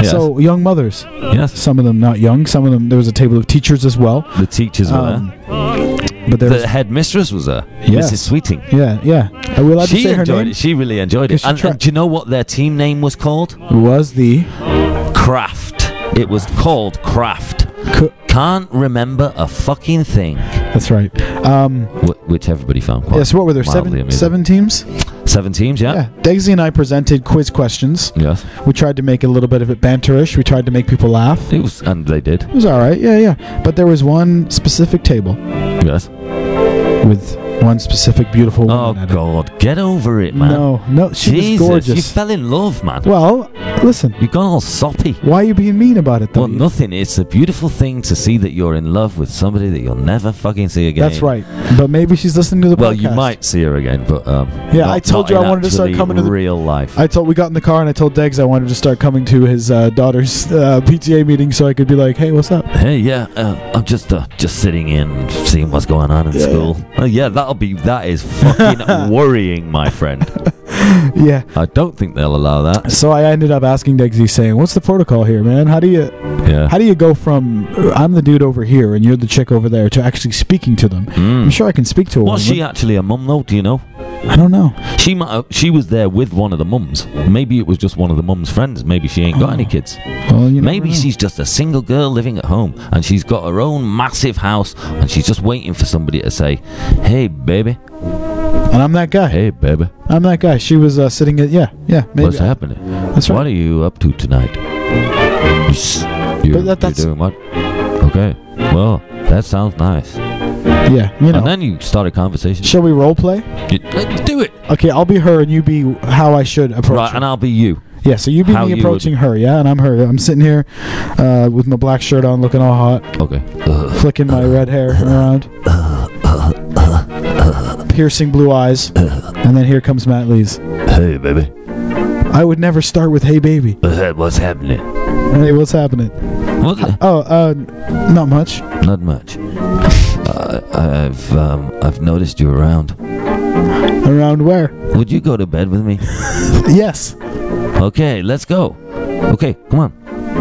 Yes.
So young mothers,
yes.
some of them not young, some of them. There was a table of teachers as well.
The teachers were
Um, but there
there.
was
The headmistress was there.
Yeah.
Mrs. Sweeting.
yeah, yeah. Are we allowed to
She
say her
enjoyed
name?
it. She really enjoyed it.
she
And,
tried-
and do you know what their team name was called?
Was the
Craft. It was called Craft.
co-
Can't remember a fucking thing,
that's right. Um,
wh- which everybody found quite.
yeah. So what were there?
mildly
Seven,
amusing.
seven teams.
Seven teams, yeah?
Yeah. Degsy and I presented quiz questions.
Yes.
We tried to make a little bit of it banterish. We tried to make people laugh.
It was, and they did.
It was all right, yeah, yeah. But there was one specific table
Yes.
with one specific beautiful
Oh,
woman. at it.
God. Get over it, man.
No, no, she
Jesus. You
was gorgeous.
fell in love, man.
well, listen,
You've gone all soppy.
why are you being mean about it, though?
Well, nothing. It's a beautiful thing to see that you're in love with somebody that you'll never fucking see again.
That's right. But maybe she's listening to the
Well,
podcast.
you might see her again, but um,
Yeah,
not-
I told
not
you I
in
wanted to start
actually
coming to the-
real life.
I told we got in the car and I told Degs I wanted to start coming to his uh, daughter's uh, PTA meeting so I could be like, hey, what's up?
hey, yeah, uh, I'm just uh, just sitting in,
<laughs>
seeing what's going on in school. Oh, yeah, that'll be that is fucking worrying, my friend.
yeah.
I don't think they'll allow that.
So I ended up asking Degsy, saying, "What's the protocol here, man? How do you
Yeah.
how do you go from uh, I'm the dude over here and you're the chick over there to actually speaking to them? I'm
Mm.
sure I can speak to a
Was
woman.
she actually a mum though? Do you know?
I don't know.
She might. Have, she was there with one of the mums. Maybe it was just one of the mum's friends. Maybe she ain't got any
Oh.
kids.
Well, you never
Maybe
know.
she's just a single girl living at home and she's got her own massive house and she's just waiting for somebody to say, "Hey, baby,
and I'm that guy.
hey, baby,
I'm that guy. She was uh, sitting at yeah yeah maybe
what's happening?
that's
What
right.
are you up to tonight? You,
But that-
you're
that's-
doing what? Okay, well, that sounds nice.
Yeah, you know.
And then you start a conversation.
Shall we role play?
You- let's do it.
Okay, I'll be her and you be how I should approach.
Right,
her.
and I'll be you.
Yeah, so you be
How
me
you would-
approaching her, yeah, and I'm her. I'm sitting here uh, with my black shirt on, looking all hot,
Okay. Ugh.
flicking my red hair around, piercing blue eyes, and then here comes Matt Lees.
Hey, baby.
I would never start with "Hey, baby."
Uh, What's happening?
Hey, what's happening?
What?
Oh, uh, not much.
Not much. Uh, I've um, I've noticed you around.
Around where?
Would you go to bed with me?
Yes,
Okay, let's go. Okay, come on.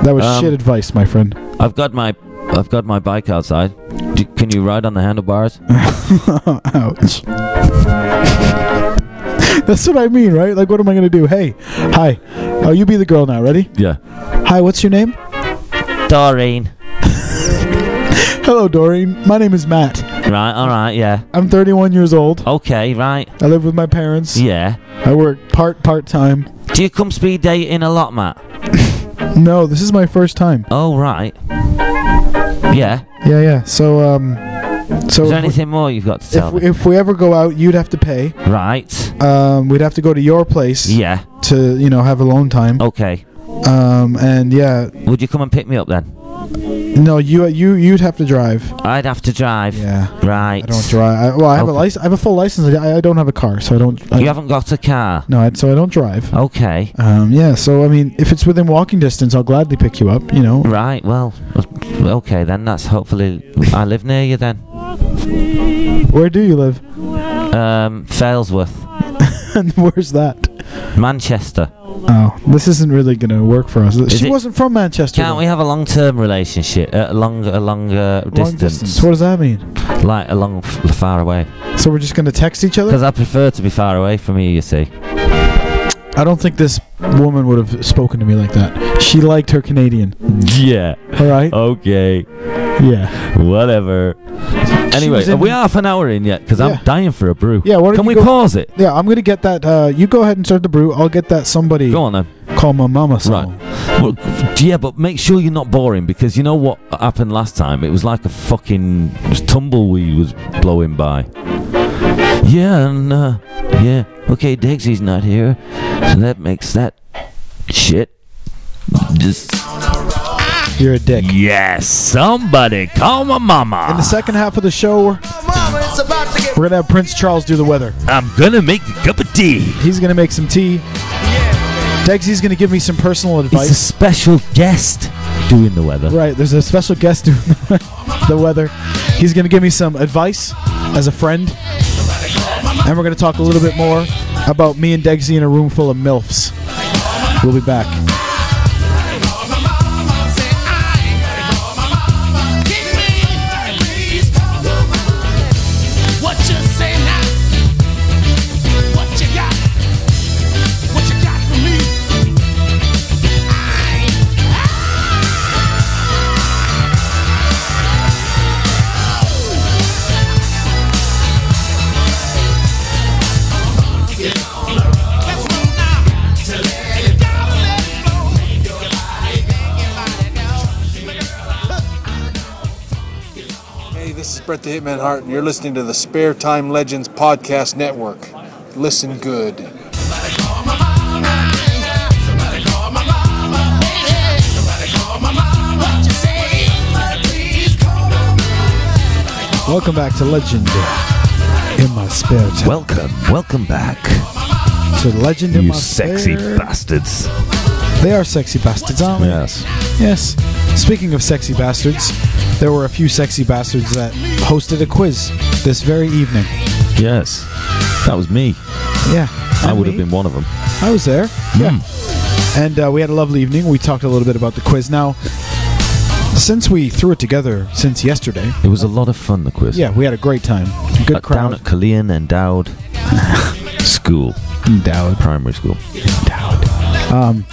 that was
Um,
shit advice, my friend. <laughs>
I've got my I've got my bike outside. D can you ride on the handlebars?
Ouch. <laughs> That's what I mean, right? Like, what am I gonna do? Hey, hi. Oh, you be the girl now. Ready?
Yeah.
Hi, what's your name?
Doreen.
Hello, Doreen. My name is Matt.
Right, alright, yeah.
I'm 31 years old.
Okay, right,
I live with my parents.
yeah.
I work part part time.
Do you come speed dating a lot, Matt?
No, this is my first time.
Oh, right. Yeah.
Yeah, yeah. So um, so if
Is there
we,
anything more you've got to tell
if, we,
me?
if we ever go out, you'd have to pay.
Right.
Um, we'd have to go to your place
Yeah. Oh.
to you know have alone time.
Okay.
Um, and yeah,
Would you come and pick me up then?
no, you you you'd have to drive.
I'd have to drive.
Yeah.
Right.
I don't drive. I, well, I have a
Okay.
license. I have a full license. I, I don't have a car, so I don't. I,
You haven't got a car.
no, I, so I don't drive.
Okay.
Um, yeah. So I mean, if it's within walking distance, I'll gladly pick you up. You know,
Right. Well. Okay then. That's hopefully. I live near you then.
where do you live? <laughs>
Um, Failsworth,
and where's that?
Manchester.
Oh, this isn't really gonna work for us. she
it-
wasn't from Manchester.
Can't
though.
we have a long-term relationship? A long, a long uh,
Long
distance,
What does that mean?
like a long, f- far away.
So we're just gonna text each other?
Because I prefer to be far away from you. You see.
I don't think this woman would have spoken to me like that. She liked her Canadian.
Yeah.
All right.
Oh. Okay.
yeah.
Whatever. Anyway,
was
are
in-
we half an hour in yet? Because
Yeah.
I'm dying for a brew.
Yeah. Why don't
Can
you
we
go-
pause it?
Yeah, I'm gonna get that. Uh, you go ahead and start the brew. I'll get that. Somebody
Go on then.
call my mama. Song.
Well, yeah, but make sure you're not boring because you know what happened last time? It was like a fucking tumbleweed was blowing by. Yeah, and, uh, yeah. Okay, Dixie's not here. So that makes that shit. Just.
You're a dick.
Yes, somebody call my
In the
mama.
second half of the show, we're gonna have Prince Charles do the weather.
I'm gonna make a cup of tea.
He's gonna make some tea. Degsy's gonna give me some personal
It's a
advice.
special guest doing the weather.
Right, there's a special guest doing the weather. He's going to give me some advice as a friend. And we're going to talk a little bit more about me and Degsy in a room full of MILFs. We'll be back.
What you say now? What you got? What you got for me? Let's go now. Gotta let it flow.
Hey, this is Brett the Hitman Hart, and you're listening to the Spare Time Legends Podcast Network. Listen good.
Welcome back to Legend in my spare time.
Welcome, welcome back,
to Legend in
you
my
sexy
spare.
bastards.
They are sexy bastards, aren't they?
Yes.
Yes. Speaking of sexy bastards, there were a few sexy bastards that hosted a quiz this very evening.
Yes. That was me.
Yeah.
I
And
would have
me.
been one of them.
I was there. Yeah. And uh, we had a lovely evening. We talked a little bit about the quiz. Now, since we threw it together since yesterday,
It was a lot of fun, the quiz.
yeah, we had a great time. Good
Uh, Down
crowd.
at Killeen
<laughs>
Endowed School,
Endowed.
primary school.
Um,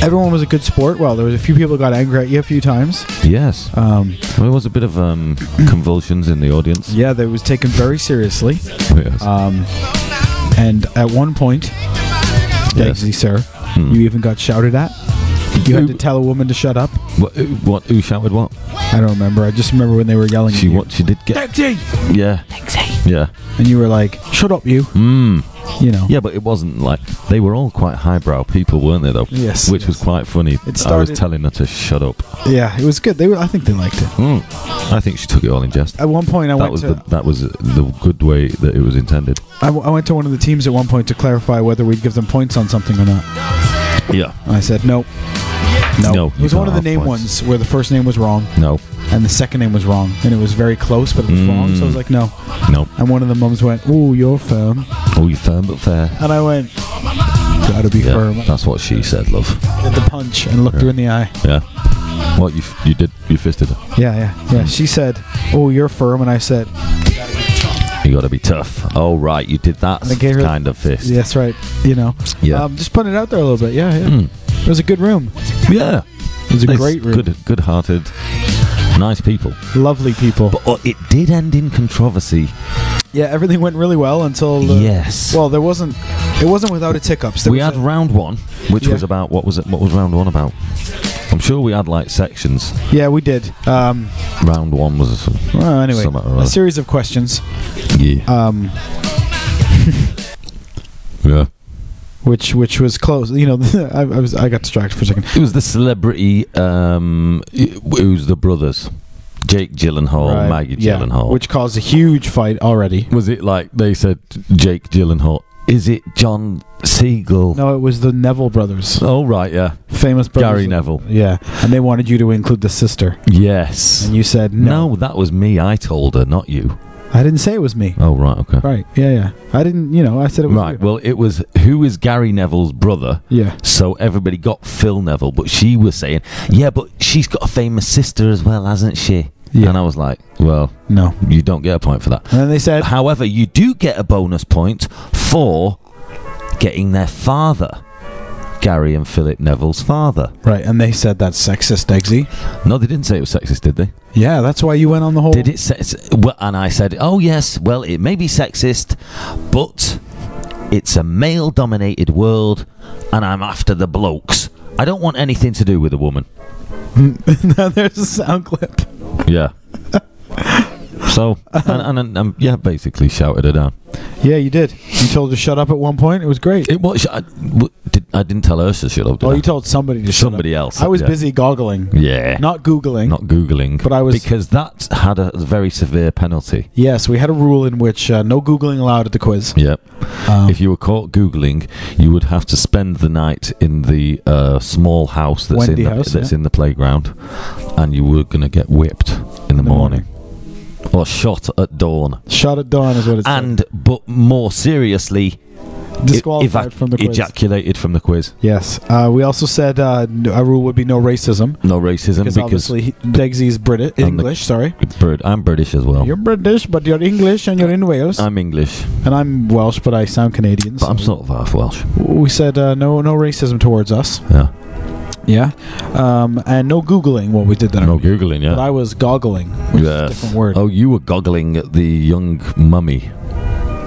Everyone was a good sport. Well, there was a few people got angry at you a few times.
Yes.
Um,
there was a bit of um, convulsions in the audience.
yeah, that was taken very seriously.
Yes.
Um, and at one point,
Yes. Hmm.
Dagsy, sir, you even got shouted at. You had to tell a woman to shut up.
what, who- what? Who shouted what?
I don't remember. I just remember when they were yelling
She
at you.
what? She did get. Yeah. Yeah.
And you were like, shut up, you.
Mm.
You know.
Yeah, but it wasn't like they were all quite highbrow people, weren't they? Though.
Yes,
Which was
yes.
quite funny. I
started-
was telling her to shut up.
Yeah, it was good. They were, I think they liked it.
Mm. I think she took it all in jest.
At one point, I
that
went
was
to
the, that was the good way that it was intended.
I, w- I went to one of the teams at one point to clarify whether we'd give them points on something or not.
Yeah.
And I said nope. No,
No,
it
you
was one
can't
of the
have
name
points.
ones where the first name was wrong
No.
and the second name was wrong, and it was very close, but it was wrong. So I was
Mm.
like, no.
No.
And one of the mums went, "Ooh, you're firm,"
Oh, you firm but fair.
and I went, "Gotta be
Yeah.
firm." I
That's what she said, love.
did the punch and looked her in the eye.
Yeah. What you f- you did you fisted her.
Yeah, yeah, yeah. She said, "Oh, you're firm," and I said,
You got to be tough. Oh right, you did that
I gave her-
kind of fist.
yeah, "That's right." You know.
Yeah.
Um, just putting it out there a little bit. Yeah, yeah.
Mm.
It was a good room.
Yeah.
It was a great room.
Good, good-hearted, nice people.
Lovely people.
But uh, it did end in controversy.
Yeah, everything went really well until. The,
yes.
Well, there wasn't. It wasn't without its hiccups. There
we
was
had
a-
round one, which
Yeah.
was about what was it? What was round one about? I'm sure we had like sections.
yeah, we did. Um,
Round one was a,
well, anyway,
Somewhat or
a
other.
series of questions,
yeah,
um,
yeah.
which which was close. You know, <laughs> I, I was I got distracted for a second.
It was the celebrity. Um, it was the brothers, Jake Gyllenhaal,
Right,
Maggie
yeah,
Gyllenhaal.
which caused a huge fight already.
was it like they said Jake Gyllenhaal? Is it John Siegel?
No, it was the Neville brothers,
Oh right, yeah,
famous brothers.
Gary Neville.
Yeah, and they wanted you to include the sister,
Yes.
and you said
No.
no.
that was me. I told her, not you.
I didn't say it was me.
Oh right, okay.
Right? Yeah, yeah. I didn't. You know, I said it was
Right.
you.
Well, it was who is Gary Neville's brother?
yeah.
So everybody got Phil Neville, but she was saying, "Yeah, but she's got a famous sister as well, hasn't she?"
Yeah.
And I was like, "Well,
No.
you don't get a point for that."
And then they said,
However, you do get a bonus point for getting their father, Gary and Philip Neville's father.
right, and they said that's sexist, Eggsy.
No, they didn't say it was sexist, did they?
Yeah, that's why you went on the whole.
Did it? Se- se- well, and I said, "Oh yes, well it may be sexist, but it's a male-dominated world, and I'm after the blokes. I don't want anything to do with a woman."
<laughs> now there's a sound clip.
Yeah. <laughs> so and, and, and, um, yeah, basically shouted her down.
Yeah, you did. You told her to shut up at one point. It was great.
It was. I, w- did, I didn't tell her to shut up. Did
oh,
I?
you told somebody to shut up.
Somebody else,
I was
yeah.
busy goggling,
yeah.
not googling.
Not googling,
But I was-
because that had a very severe penalty.
Yes, we had a rule in which uh, no googling allowed at the quiz.
Yeah.
Um,
if you were caught googling, you would have to spend the night in the uh, small house that's
Wendy
in the,
house,
that's
yeah.
in the playground, and you were going to get whipped in the,
the
morning. or shot at dawn.
Shot at dawn is what it's
And but more seriously, e-
disqualified
evac-
from the quiz.
ejaculated from the quiz.
yes, uh, we also said uh, n- a rule would be no racism
No racism
because
because,
obviously he- Degsy is British,
the-
English. sorry,
Brit- I'm British as well.
you're British, but you're English and you're in Wales,
I'm English,
and I'm Welsh, Uh, but I sound Canadian.
but I'm
so-
sort of half Welsh.
We said uh, no, no racism towards us.
Yeah.
Yeah, um, and no googling. Well, we did that.
No
already.
googling, yeah.
But I was goggling, which is a
Yes.
different word.
Oh, you were goggling at the young mummy.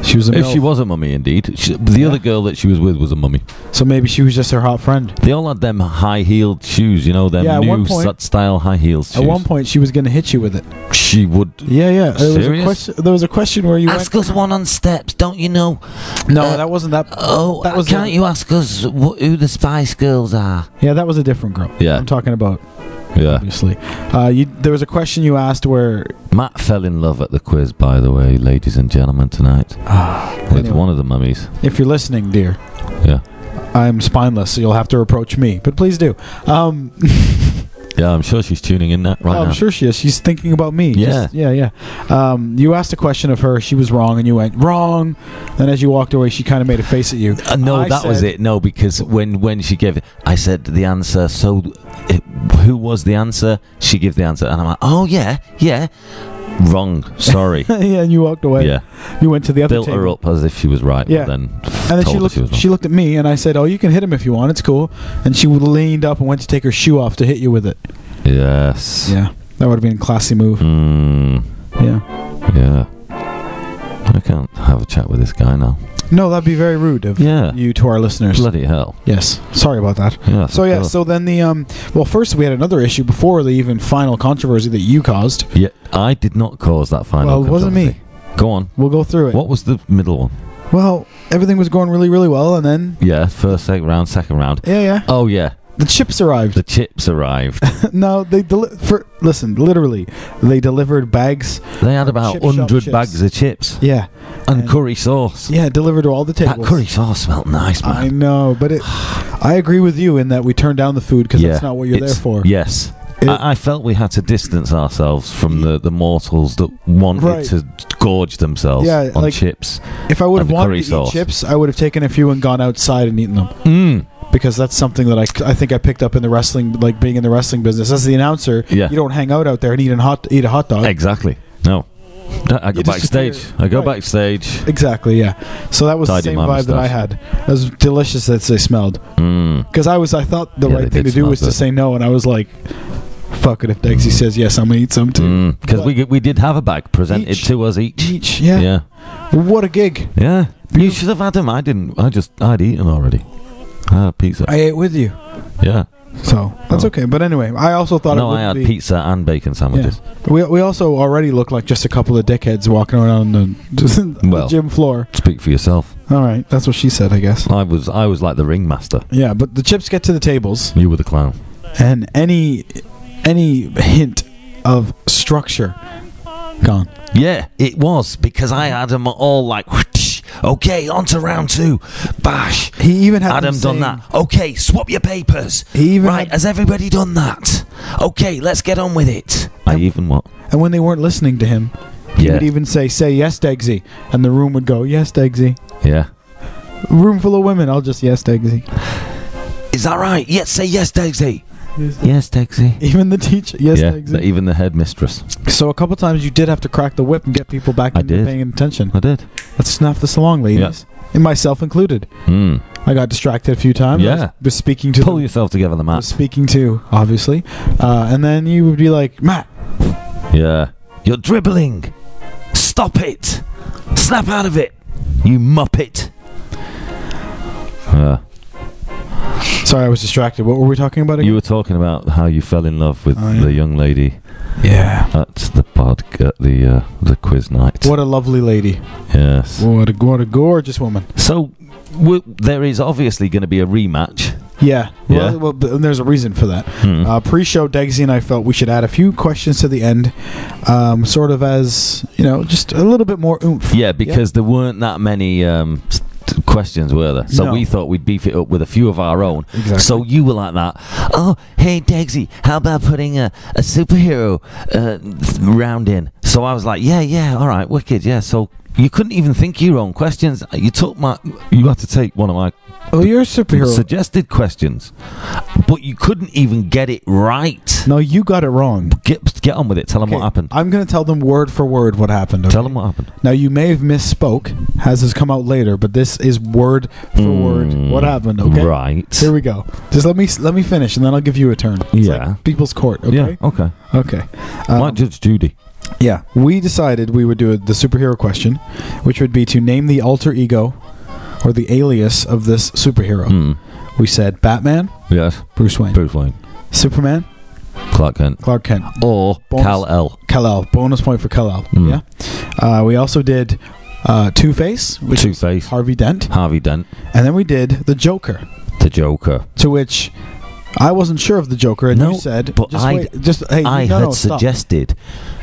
she was a
If she
milf,
was a mummy, indeed. She, the
Yeah.
other girl that she was with was a mummy.
so maybe she was just her hot friend.
They all had them high heeled shoes, you know, them
Yeah, at one
new
point-
sut style high heeled shoes.
At one point, she was going to hit you with it.
she would.
Yeah, yeah. There was, a
Serious?
question, there was a question where you
Ask us one on steps, don't you know?
went. No,
uh,
that wasn't that.
Oh,
that was the-
can't you ask us wh- who the Spice Girls are?
Yeah, that was a different girl.
Yeah.
I'm talking about
Yeah.
obviously. Uh, you, there was a question you asked where
Matt fell in love at the quiz, by the way, ladies and gentlemen, tonight. with
anyway.
one of the mummies.
If you're listening, dear.
Yeah.
I'm spineless, so you'll have to approach me. But please do. Um,
Yeah, I'm sure she's tuning in that right
Oh,
now.
I'm sure she is. She's thinking about me.
Yeah.
Just- yeah, yeah. Um, you asked a question of her. She was wrong, and you went wrong. Then, as you walked away, she kind of made a face at you. <laughs>
Uh, no,
I
that was
said-
it. No, because when when she gave it, I said the answer. So, it, who was the answer? She gave the answer, and I'm like, oh yeah, yeah, wrong.
<laughs>
Sorry.
yeah, and you walked away.
yeah,
You went to the other
built
table.
her up as if she was right.
Yeah.
but then
And then
told
she
her
looked.
she was
She,
wrong.
looked at me, and I said, "Oh, you can hit him if you want. It's cool." And she leaned up and went to take her shoe off to hit you with it.
yes.
Yeah, that would have been a classy move.
Mm,
Yeah.
yeah. I can't have a chat with this guy now.
No, that'd be very rude of
Yeah.
you to our listeners.
Bloody hell.
yes. Sorry about that.
Yeah.
So yeah,
sure.
so then the um well first we had another issue before the even final controversy that you caused.
yeah. I did not cause that final.
well, it wasn't me.
controversy. Go on.
We'll go through it.
What was the middle one?
Well, everything was going really really well and then
Yeah, first sec- round, second round.
yeah, yeah.
Oh yeah,
The chips arrived.
<laughs> the chips arrived.
no, they deli- for listen, literally, they delivered bags.
They had about
Chip shop
100
chips.
bags of chips
Yeah.
and
And-
curry sauce.
Yeah, delivered to all the
that
tables.
curry sauce smelled nice,
I
man.
know, but it I agree with you in that we turned down the food cuz that's not what you're there
it's-
for.
Yes.
It-
I, I felt we had to distance ourselves from the, the mortals that wanted
Right.
to gorge themselves
Yeah,
on
like-
chips.
If I
And
would have
the
wanted
curry
to
sauce.
eat chips, I would have taken a few and gone outside and eaten them.
Mm.
because that's something that I, I think I picked up in the wrestling, like being in the wrestling business. As the announcer,
Yeah.
you don't hang out out there and eat, an hot, eat a hot dog.
Exactly. No. I I go
You disappear.
backstage. I go
Right.
backstage.
Exactly, yeah. So that was the
Tidy
same
my
vibe that I had. It was delicious that they smelled.
Mm.
Because I was, I thought the
Yeah, they
right thing
did
to do
smell
was to
good. Mm.
say no, and I was like, fuck it, if Dexy says yes, I'm going to eat some too.
Because
But-
mm. we, g- we did have a bag presented
Each-
to us each.
Each, yeah.
Yeah.
What a gig.
Yeah. You should have had them. I didn't. I just. I'd eaten already. I had pizza.
I ate with you.
yeah.
So that's
Oh.
okay. But anyway, I also thought it
No,
would
I had
be.
pizza and bacon sandwiches.
We, we also already look like just a couple of dickheads walking around the, <laughs> the
Well.
gym floor.
Speak for yourself.
All right, that's what she said, I guess.
I was I was like the ringmaster.
Yeah, but the chips get to the tables,
You were the clown.
and any any hint of structure gone.
Yeah, it was because I had them all like, <laughs> okay, on to round two, bash.
He even had
Adam
them
done
saying-
that. Okay, swap your papers.
He even
Right,
had-
has everybody done that? Okay, let's get on with it. I even what?
and when they weren't listening to him, he
Yeah,
would even say, "Say yes, Degsy," and the room would go, "Yes, Degsy."
yeah.
Room full of women, I'll just yes, Degsy.
Is that right? Yes, say yes, Dexy. Yes, Dexy.
<laughs> Even the teacher, yes,
yeah,
Degsy.
th- even the headmistress.
so a couple times you did have to crack the whip and get people back
I
into
did.
paying attention.
I did.
Let's snuff this along, ladies, and myself included.
Mm.
I got distracted a few times. I
Yeah.
was, was speaking to the
Pull yourself together, the
was
Matt.
speaking to, obviously. Uh, and then you would be like, Matt,
Yeah. You're dribbling. Stop it. Snap out of it. You muppet. Uh,
sorry, I was distracted. What were we talking about
you
again?
were talking about how you fell in love with
Oh, yeah.
the young lady
yeah.
at the pod, at the uh, the quiz night.
What a lovely lady.
Yes.
What a, what a gorgeous woman.
So w- there is obviously going to be a rematch.
Yeah.
Yeah.
Well, well, th- and there's a reason for that.
Hmm.
Uh, Pre show, Degsy and I felt we should add a few questions to the end, um, sort of as, you know, just a little bit more oomph.
yeah, because there weren't that many um, s- t- questions, were there? So
No.
we thought we'd beef it up with a few of our own.
Exactly.
So you were like that. Oh, hey, Degsy, how about putting a, a superhero uh, th- round in? So I was like, yeah, yeah, all right, wicked, yeah. So you couldn't even think your own questions. You took my, you had to take one of my
oh, you're a superhero.
suggested questions, but you couldn't even get it right.
no, you got it wrong.
Get get on with it. Tell them
Okay,
what happened.
I'm going to tell them word for word what happened.
Tell
okay?
them what happened.
Now you may have misspoke, as has come out later, but this is word for word what happened. Okay,
Right.
here we go. Just let me let me finish, and then I'll give you a turn. It's
Yeah.
like people's court. Okay,
Yeah. Okay.
okay. Um,
Might judge Judy.
yeah, we decided we would do a, the superhero question, which would be to name the alter ego or the alias of this superhero.
Mm.
We said Batman,
Yes.
Bruce Wayne,
Bruce Wayne.
Superman,
Clark Kent.
Clark Kent,
Or
Bonus.
Cal L.
Kal El. Bonus point for Kal El.
Mm.
Yeah. Uh, we also did uh, Two Face, which
Two
is
Face.
Harvey Dent,
Harvey Dent.
and then we did the Joker.
The Joker.
To which I wasn't sure of the Joker, and
No,
you said,
but
just
I-
wait, just hey,
I
no,
had
no, stop.
suggested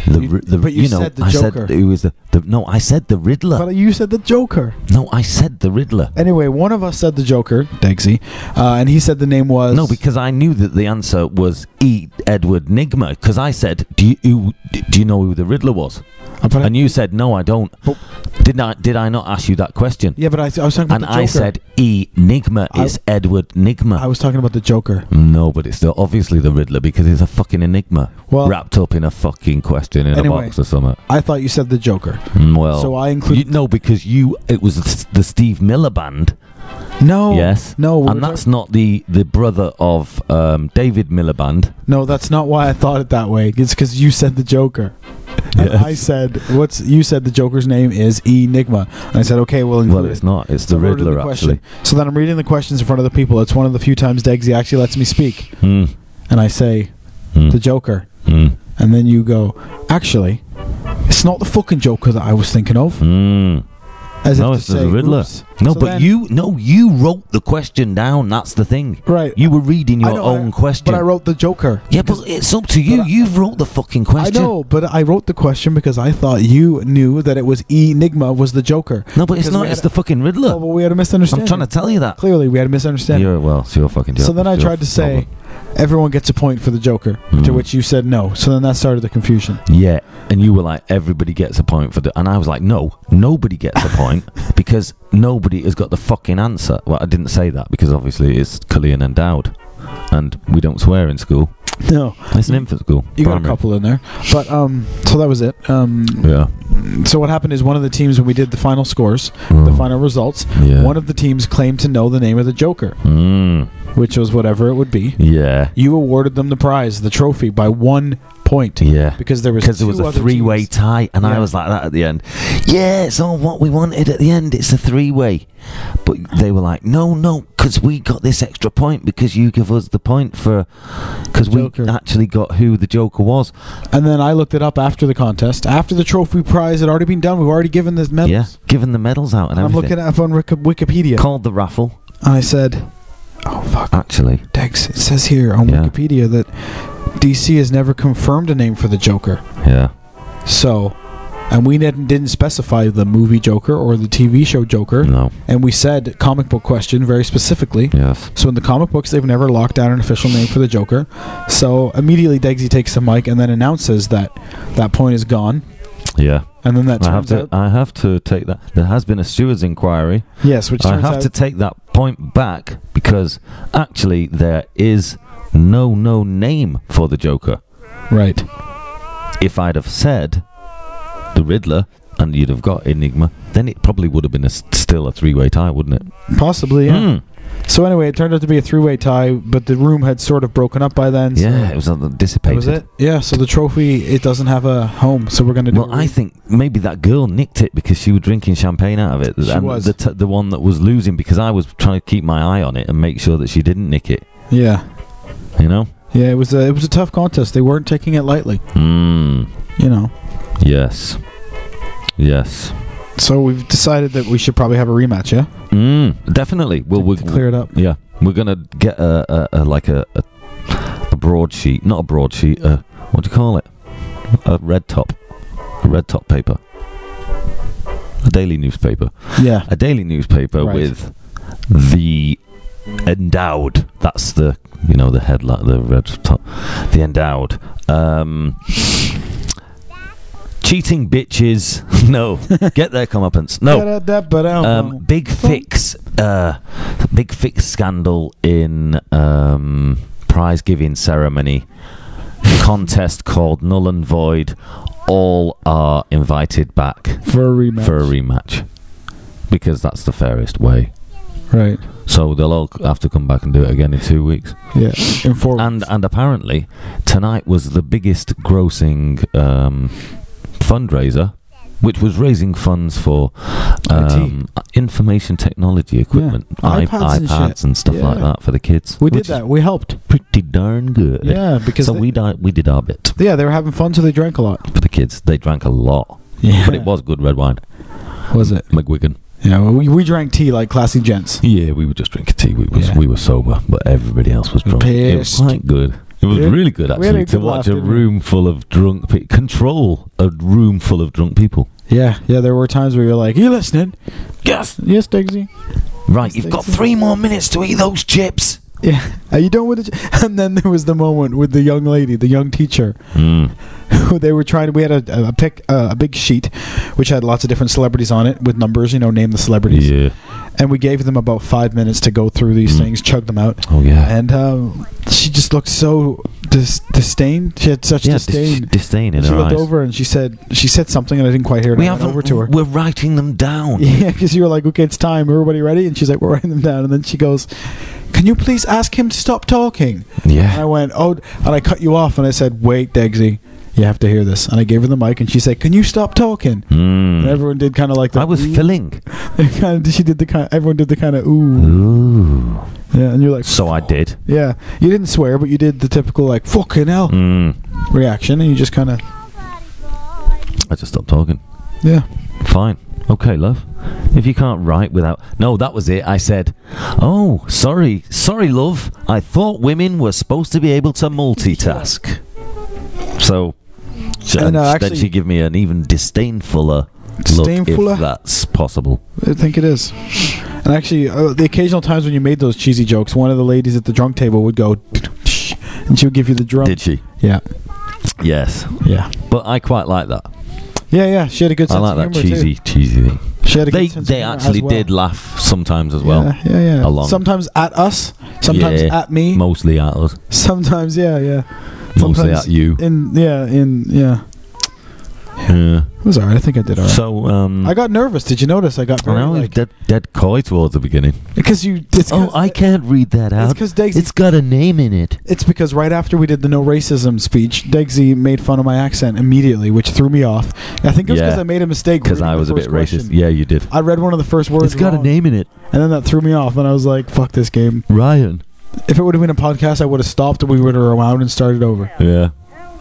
the,
You-
ri- the
but you
know
said the
I
Joker.
said it was the, the no I said the Riddler.
But you said the Joker.
no, I said the Riddler.
Anyway, one of us said the Joker, Degsy, uh, and he said the name was
No, because I knew that the answer was E. Edward Nigma. Because I said, "Do you who- do you know who the Riddler was?"
Uh, but I-
And you said, "No, I don't."
But-
did I did I not ask you that question?
yeah, but I, I was talking about
and
the Joker.
I said, "E. Nigma
I-
is Edward Nigma."
I was talking about the Joker.
no, but it's the, obviously the Riddler because it's a fucking enigma
Well-
wrapped up in a fucking question in
Anyway.
a box or something.
I thought you said the Joker.
Mm, Well,
So I included-
you, no because you it was the S- the Steve Miller band.
No.
yes.
No. we were
and that's not the the brother of um, David Miller band.
talk- no. That's not why I thought it that way. It's because you said the Joker. And
Yes.
I said, "What's?" You said the Joker's name is Enigma, and I said, "Okay, well,
Well,
include
it's
it."
not. It's
So
the
I wrote in
Riddler,
question.
actually.
So then I'm reading the questions in front of the people. It's one of the few times Degsy actually lets me speak,
Mm,
and I say
mm,
the Joker,
mm,
and then you go, "Actually, it's not the fucking Joker that I was thinking of."
mm.
As
No,
if
it's
to
the
say,
Riddler.
"Oops."
No,
So
but
then-
you no, you wrote the question down. That's the thing.
right?
You were reading
I
your
know,
own
I-
question.
But I wrote the Joker.
yeah, but it's up to you.
but I-
You've wrote the fucking
I
question.
know, but I wrote the question because I thought you knew that it was Enigma was the Joker.
No, but it's
Because we
not.
had
It's
a-
the fucking Riddler.
Oh, but we had a
I'm
misunderstanding.
trying to tell you that.
Clearly, we had a misunderstanding.
You're well. So you're fucking.
so
joking.
then I
You're
tried to say, everyone gets a point for the Joker, to
Mhm.
which you said no. So then that started the confusion.
Yeah, and you were like, everybody gets a point for the, and I was like, no, nobody gets a
<laughs>
point because nobody has got the fucking answer. Well, I didn't say that because obviously it's Cullian and Dowd, and we don't swear in school.
No,
It's an infant school.
you got a
primary.
couple in there, but um, so that was it. Um, so what happened is one of the teams when we did the final scores,
Yeah.
the final results,
Hmm. Mm, Yeah.
one of the teams claimed to know the name of the Joker,
Mm,
which was whatever it would be.
yeah.
You awarded them the prize, the trophy, by one point.
Yeah.
because there was
Because it was
two
a
other
three-way
teams.
tie, and
Yeah.
I was like that at the end. Yeah, it's all what we wanted at the end. It's a three-way, but they were like, no, no, because we got this extra point because you give us the point for because we
Joker.
actually got who the Joker was.
And then I looked it up after the contest. After the trophy prize had already been done, we've already given this medals.
Yeah, giving the medals out and
And I'm
everything.
looking it up on Wiki- Wikipedia.
Called the raffle,
And I said, oh, fuck,
actually.
Dex, it says here on
Yeah.
Wikipedia that DC has never confirmed a name for the Joker.
Yeah.
So, and we didn't, didn't specify the movie Joker or the TV show Joker.
No.
And we said comic book question very specifically.
Yes.
So in the comic books, they've never locked down an official name for the Joker. So immediately, Degsy takes the mic and then announces that that point is gone.
Yeah.
And then that
I have
turns
to. uh,
out,
I have to take that. There has been a stewards inquiry.
yes, which
I
turns
have
out
to take that point back because actually there is no no name for the Joker.
right.
If I'd have said the Riddler and you'd have got Enigma, then it probably would have been a, s- still a three-way tie, wouldn't it?
Possibly, yeah.
Mm.
So anyway, it turned out to be a three-way tie, but the room had sort of broken up by then. so
Yeah, it was uh,
that
dissipated.
was it. Yeah, so the trophy it doesn't have a home, so we're gonna do.
Well, I think maybe that girl nicked it because she was drinking champagne out of it.
She
and
was.
The, t- the one that was losing because I was trying to keep my eye on it and make sure that she didn't nick it.
yeah,
You know?
yeah. It was a it was a tough contest. They weren't taking it lightly,
Mm,
you know.
yes. Yes.
So we've decided that we should probably have a rematch. Yeah,
Mm, definitely. Well,
To-
we're,
to clear it up.
Yeah. We're going to get a, a, a like a, a, a broadsheet. Not a broadsheet. A, what do you call it? A red top. A red top paper. A daily newspaper.
Yeah,
a daily newspaper
Right.
with the endowed that's the you know the headline the red top the endowed um cheating bitches <laughs> no get their comeuppance no um
Um,
big fix uh big fix scandal in um prize giving ceremony contest called null and void all are invited back
for a rematch.
for a rematch because that's the fairest way.
right.
So they'll all have to come back and do it again in two weeks.
Yeah, in four.
And and apparently tonight was the biggest grossing um, fundraiser, which was raising funds for um, information technology equipment, i-
iPads and
iPads, and,
shit.
stuff like
Yeah.
that for the kids.
we did
which is
that. We helped.
pretty darn good.
Yeah, because
so
they-
we di- we did our bit
Yeah, they were having fun, so they drank a lot.
for the kids. They drank a lot,
Yeah,
but it was good red wine,
was it?
McGuigan.
You know, we, we drank tea like classy gents.
Yeah, we were just drinking tea. We was
Yeah.
we were sober, but everybody else was drunk. It was
Pissed.
quite good. It was
Yeah.
really good
We had
actually
a
to
good laugh,
watch a
didn't we?
room full of drunk people. Control a room full of drunk people.
Yeah, yeah. There were times where you're like, "You listening?
Yes.
Yes, Digsy.
Right, you've got three more minutes to eat those chips.
Yeah. Are you done with it?" <laughs> And then there was the moment with the young lady, the young teacher. <laughs>
Mm.
they were trying. We had a a, pic, uh, a big sheet, which had lots of different celebrities on it with numbers. You know, name the celebrities.
Yeah.
And we gave them about five minutes to go through these
Mm.
things, chug them out.
Oh yeah.
And um, she just looked so dis- disdain. She had such
yeah. dis-
disdain.
disdain in
she
her
looked
eyes.
over and she said she said something, and I didn't quite hear it.
We
I went
haven't.
over
<laughs>
to her. <laughs>
We're writing them down.
Yeah, because you were like, okay, it's time. Everybody ready? And she's like, we're writing them down. And then she goes, can you please ask him to
<laughs>
stop talking? And I
Yeah.
went, oh, and I cut you off. And I said, wait, Degsy, you have to hear this. And I gave her the mic and she said, can you stop talking?
Mm.
And everyone did kind of like the.
I was
ooh. <laughs>
filling.
kind of, she did the kind. Everyone did the kind of
Mm.
ooh.
Ooh.
Yeah, and you're like,
So I did.
yeah. You didn't swear, but you did the typical like fucking hell
Mm.
reaction, and you just kind of
I just stopped talking.
yeah.
Fine. Okay, love. If you can't write without. No, that was it. I said, Oh, sorry. Sorry, love. I thought women were supposed to be able to multitask. So. j-
And, uh,
then
actually-
she gave me an even disdainfuller look,
Disdainfuller?
if that's possible.
I think it is. And actually, uh, the occasional times when you made those cheesy jokes, one of the ladies at the drunk table would go, and she would give you the drum.
Did she?
yeah,
Yes.
yeah,
But I quite like that.
yeah, yeah. She had a good
I
sense
like
of
that
humor
cheesy, cheesy thing.
Too. She had a
They
good sense
they
of humor as
actually
well.
did laugh sometimes as well.
Yeah, yeah, yeah.
along.
Sometimes at us, sometimes
Yeah.
at me,
Mostly at us.
sometimes yeah, yeah.
Mostly
Sometimes
at you.
In yeah, in yeah.
Yeah.
It was alright. I think I did alright.
So um
I got nervous. Did you notice? I got
I
very
know,
like
dead, dead coy towards the beginning.
because you. It's
Oh,
'cause-
I can't read that
It's
out.
because Degsy
It's got a name in it.
It's because right after we did the no racism speech, Degsy made fun of my accent immediately, which threw me off. I think it was
Yeah.
because I made a mistake.
Because
reading
I
the
was a bit
first
racist.
question.
Yeah, you did.
I read one of the first words.
it's got
wrong,
a name in it.
and then that threw me off, and I was like, "Fuck this game."
Ryan.
If it would have been a podcast, I would have stopped, and we would have rewound and started over.
Yeah,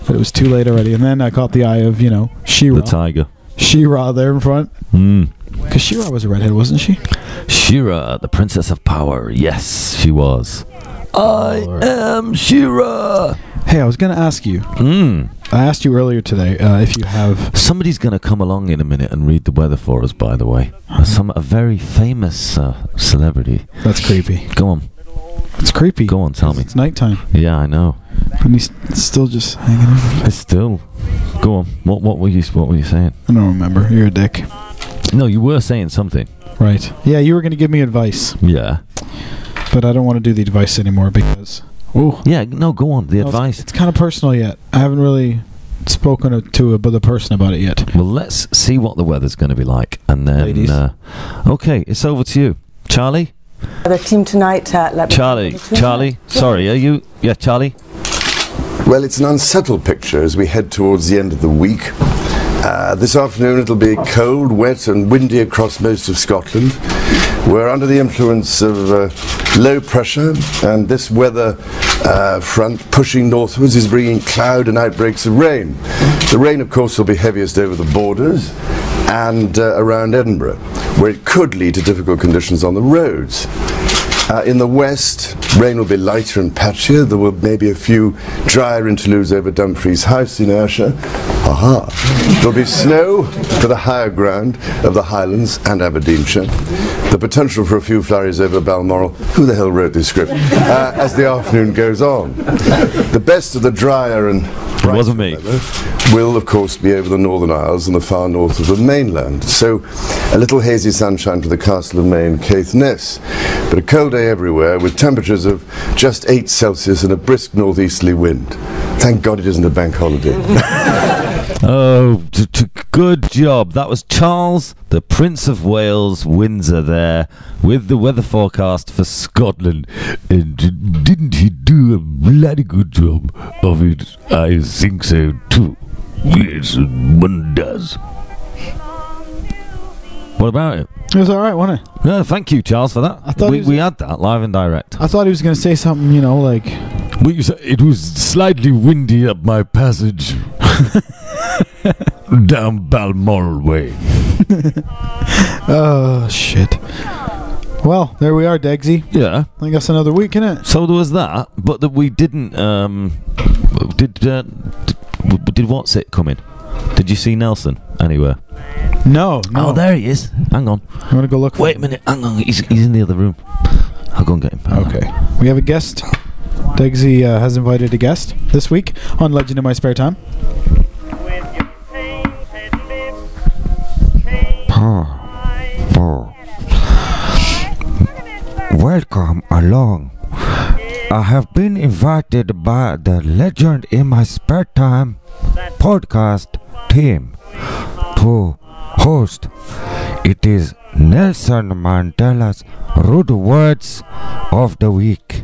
But it was too late already. And then I caught the eye of you know
the
Shira,
tiger.
Shira there in front,
Mm.
because Shira was a redhead, wasn't she?
Shira, the princess of power. Yes, she was. I am Shira.
Hey, I was gonna ask you.
Mm.
I asked you earlier today uh, if you have.
Somebody's going to come along in a minute and read the weather for us, by the way. Uh, Some A very famous uh, celebrity.
That's creepy.
Go on,
It's creepy.
go on, tell me.
It's nighttime,
Yeah, I know.
and he's still just hanging. out.
It's still. Go on. What, what, were you, what were you saying?
I don't remember. You're a dick.
No, you were saying something.
Right. Yeah, you were going to give me advice,
Yeah.
but I don't want to do the advice anymore because. Oh,
Yeah, no, go on. The advice.
It's kind of personal yet. I haven't really spoken to- to a, but the person about it yet.
Well, let's see what the weather's going to be like, and then.
Ladies.
Uh, okay, it's over to you, Charlie.
The team tonight, uh, let me-
Charlie, Charlie. Sorry, are you? Yeah, Charlie.
Well, it's an unsettled picture as we head towards the end of the week. Uh, this afternoon it'll be cold, wet, and windy across most of Scotland. We're under the influence of uh, low pressure, and this weather uh, front pushing northwards is bringing cloud and outbreaks of rain. The rain, of course, will be heaviest over the borders and uh, around Edinburgh, where it could lead to difficult conditions on the roads. Uh, in the west, rain will be lighter and patchier. There will maybe a few drier interludes over Dumfries House in Ayrshire. Aha! There'll be snow for the higher ground of the Highlands and Aberdeenshire. The potential for a few flurries over Balmoral. Who the hell wrote this script? Uh, as the afternoon goes on. The best of the drier and
It wasn't me.
weather will, of course, be over the Northern Isles and the far north of the mainland. So, a little hazy sunshine to the Castle of May and Caithness, but a cold day everywhere with temperatures of just 8 Celsius and a brisk northeasterly wind. Thank God it isn't a bank holiday.
Oh, t- t- good job. That was Charles, the Prince of Wales, Windsor, there, with the weather forecast for Scotland. And d- didn't he do a bloody good job of uh, it? I think so too. Yes, one does. What about it?
It was all right, wasn't it?
No, thank you, Charles, for that.
I thought
we,
he was-
we had that live and direct.
I thought he was going to say something, you know, like
it was slightly <laughs> windy up my passage down Balmoral Way.
oh shit. Well, there we are, Degsy.
Yeah.
I think that's another week, innit?
So there was that, but that we didn't. Um, did uh, d- w- did what's it come in? Did you see Nelson anywhere?
No,
Oh, there he is.
Hang on.
I'm gonna go look for
Wait a
him.
minute.
Hang on. He's, he's in the other room. I'll go and get him.
Okay. We have a guest. Degsy uh, has invited a guest this week on Legend in My Spare Time. <laughs>
Welcome along. I have been invited by the Legend in My Spare Time podcast team to host. It is Nelson Mandela's Rude Words of the Week.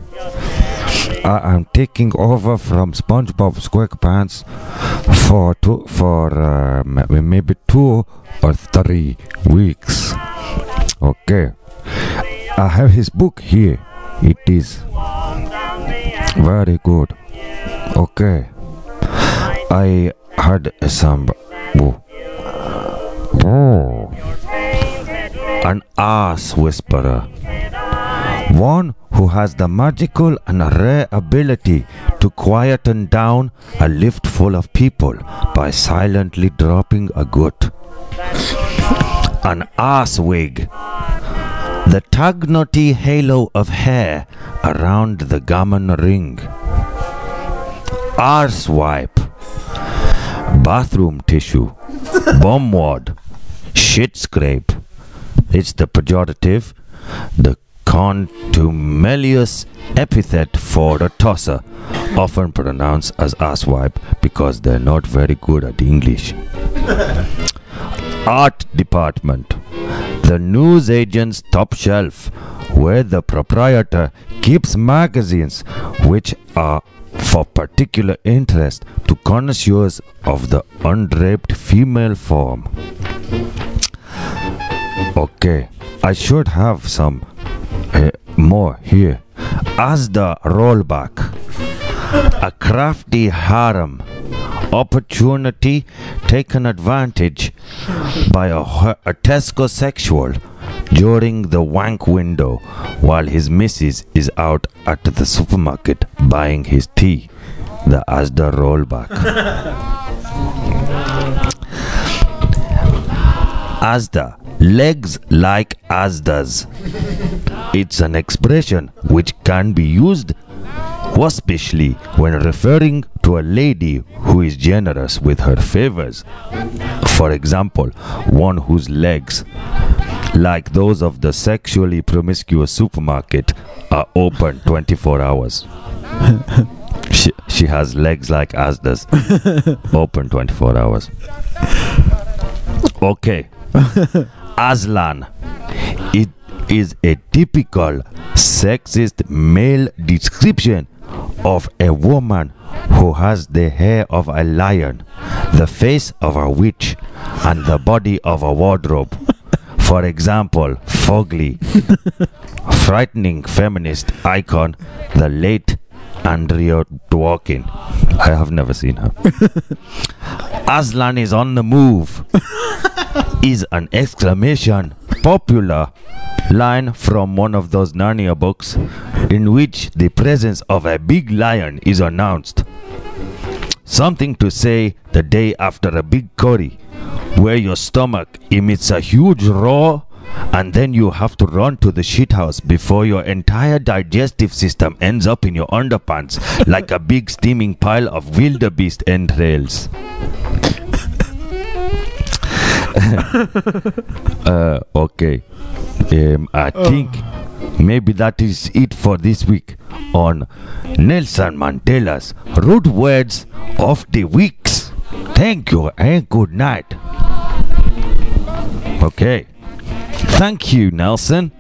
I am taking over from SpongeBob SquarePants for two, for uh, ma- maybe two or three weeks. Okay, I have his book here. It is <laughs> very good. Okay, I had some. Oh. An ass whisperer. One who has the magical and rare ability to quieten down a lift full of people by silently dropping a gut. An ass wig. The tug knotty halo of hair around the gammon ring. Arse wipe. Bathroom tissue. Bomb wad. Shit scrape. It's the pejorative, the contumelious epithet for a tosser, often pronounced as asswipe because they're not very good at English. <laughs> Art department. The newsagent's top shelf, where the proprietor keeps magazines which are for particular interest to connoisseurs of the undraped female form. Okay, I should have some uh, more here. As the rollback, a crafty harem, opportunity taken advantage by a, ho- a Tesco sexual during the wank window while his missus is out at the supermarket buying his tea. The Asda rollback. Asda. Legs like Asdas. It's an expression which can be used waspishly when referring to a lady who is generous with her favors. For example, one whose legs, like those of the sexually promiscuous supermarket, are open 24 hours. she, she has legs like Asdas, open 24 hours. Okay. Aslan. It is a typical sexist male description of a woman who has the hair of a lion, the face of a witch, and the body of a wardrobe. For example, Fogley, frightening feminist icon, the late Andrea Dworkin. I have never seen her. Aslan is on the move is an exclamation popular line from one of those Narnia books in which the presence of a big lion is announced. Something to say the day after a big curry where your stomach emits a huge roar and then you have to run to the shithouse before your entire digestive system ends up in your underpants like a big steaming pile of wildebeest entrails. uh, okay. Um, I
Oh.
think maybe that is it for this week on Nelson Mandela's Rude Words of the Weeks. Thank you and good night. Okay. Thank you, Nelson.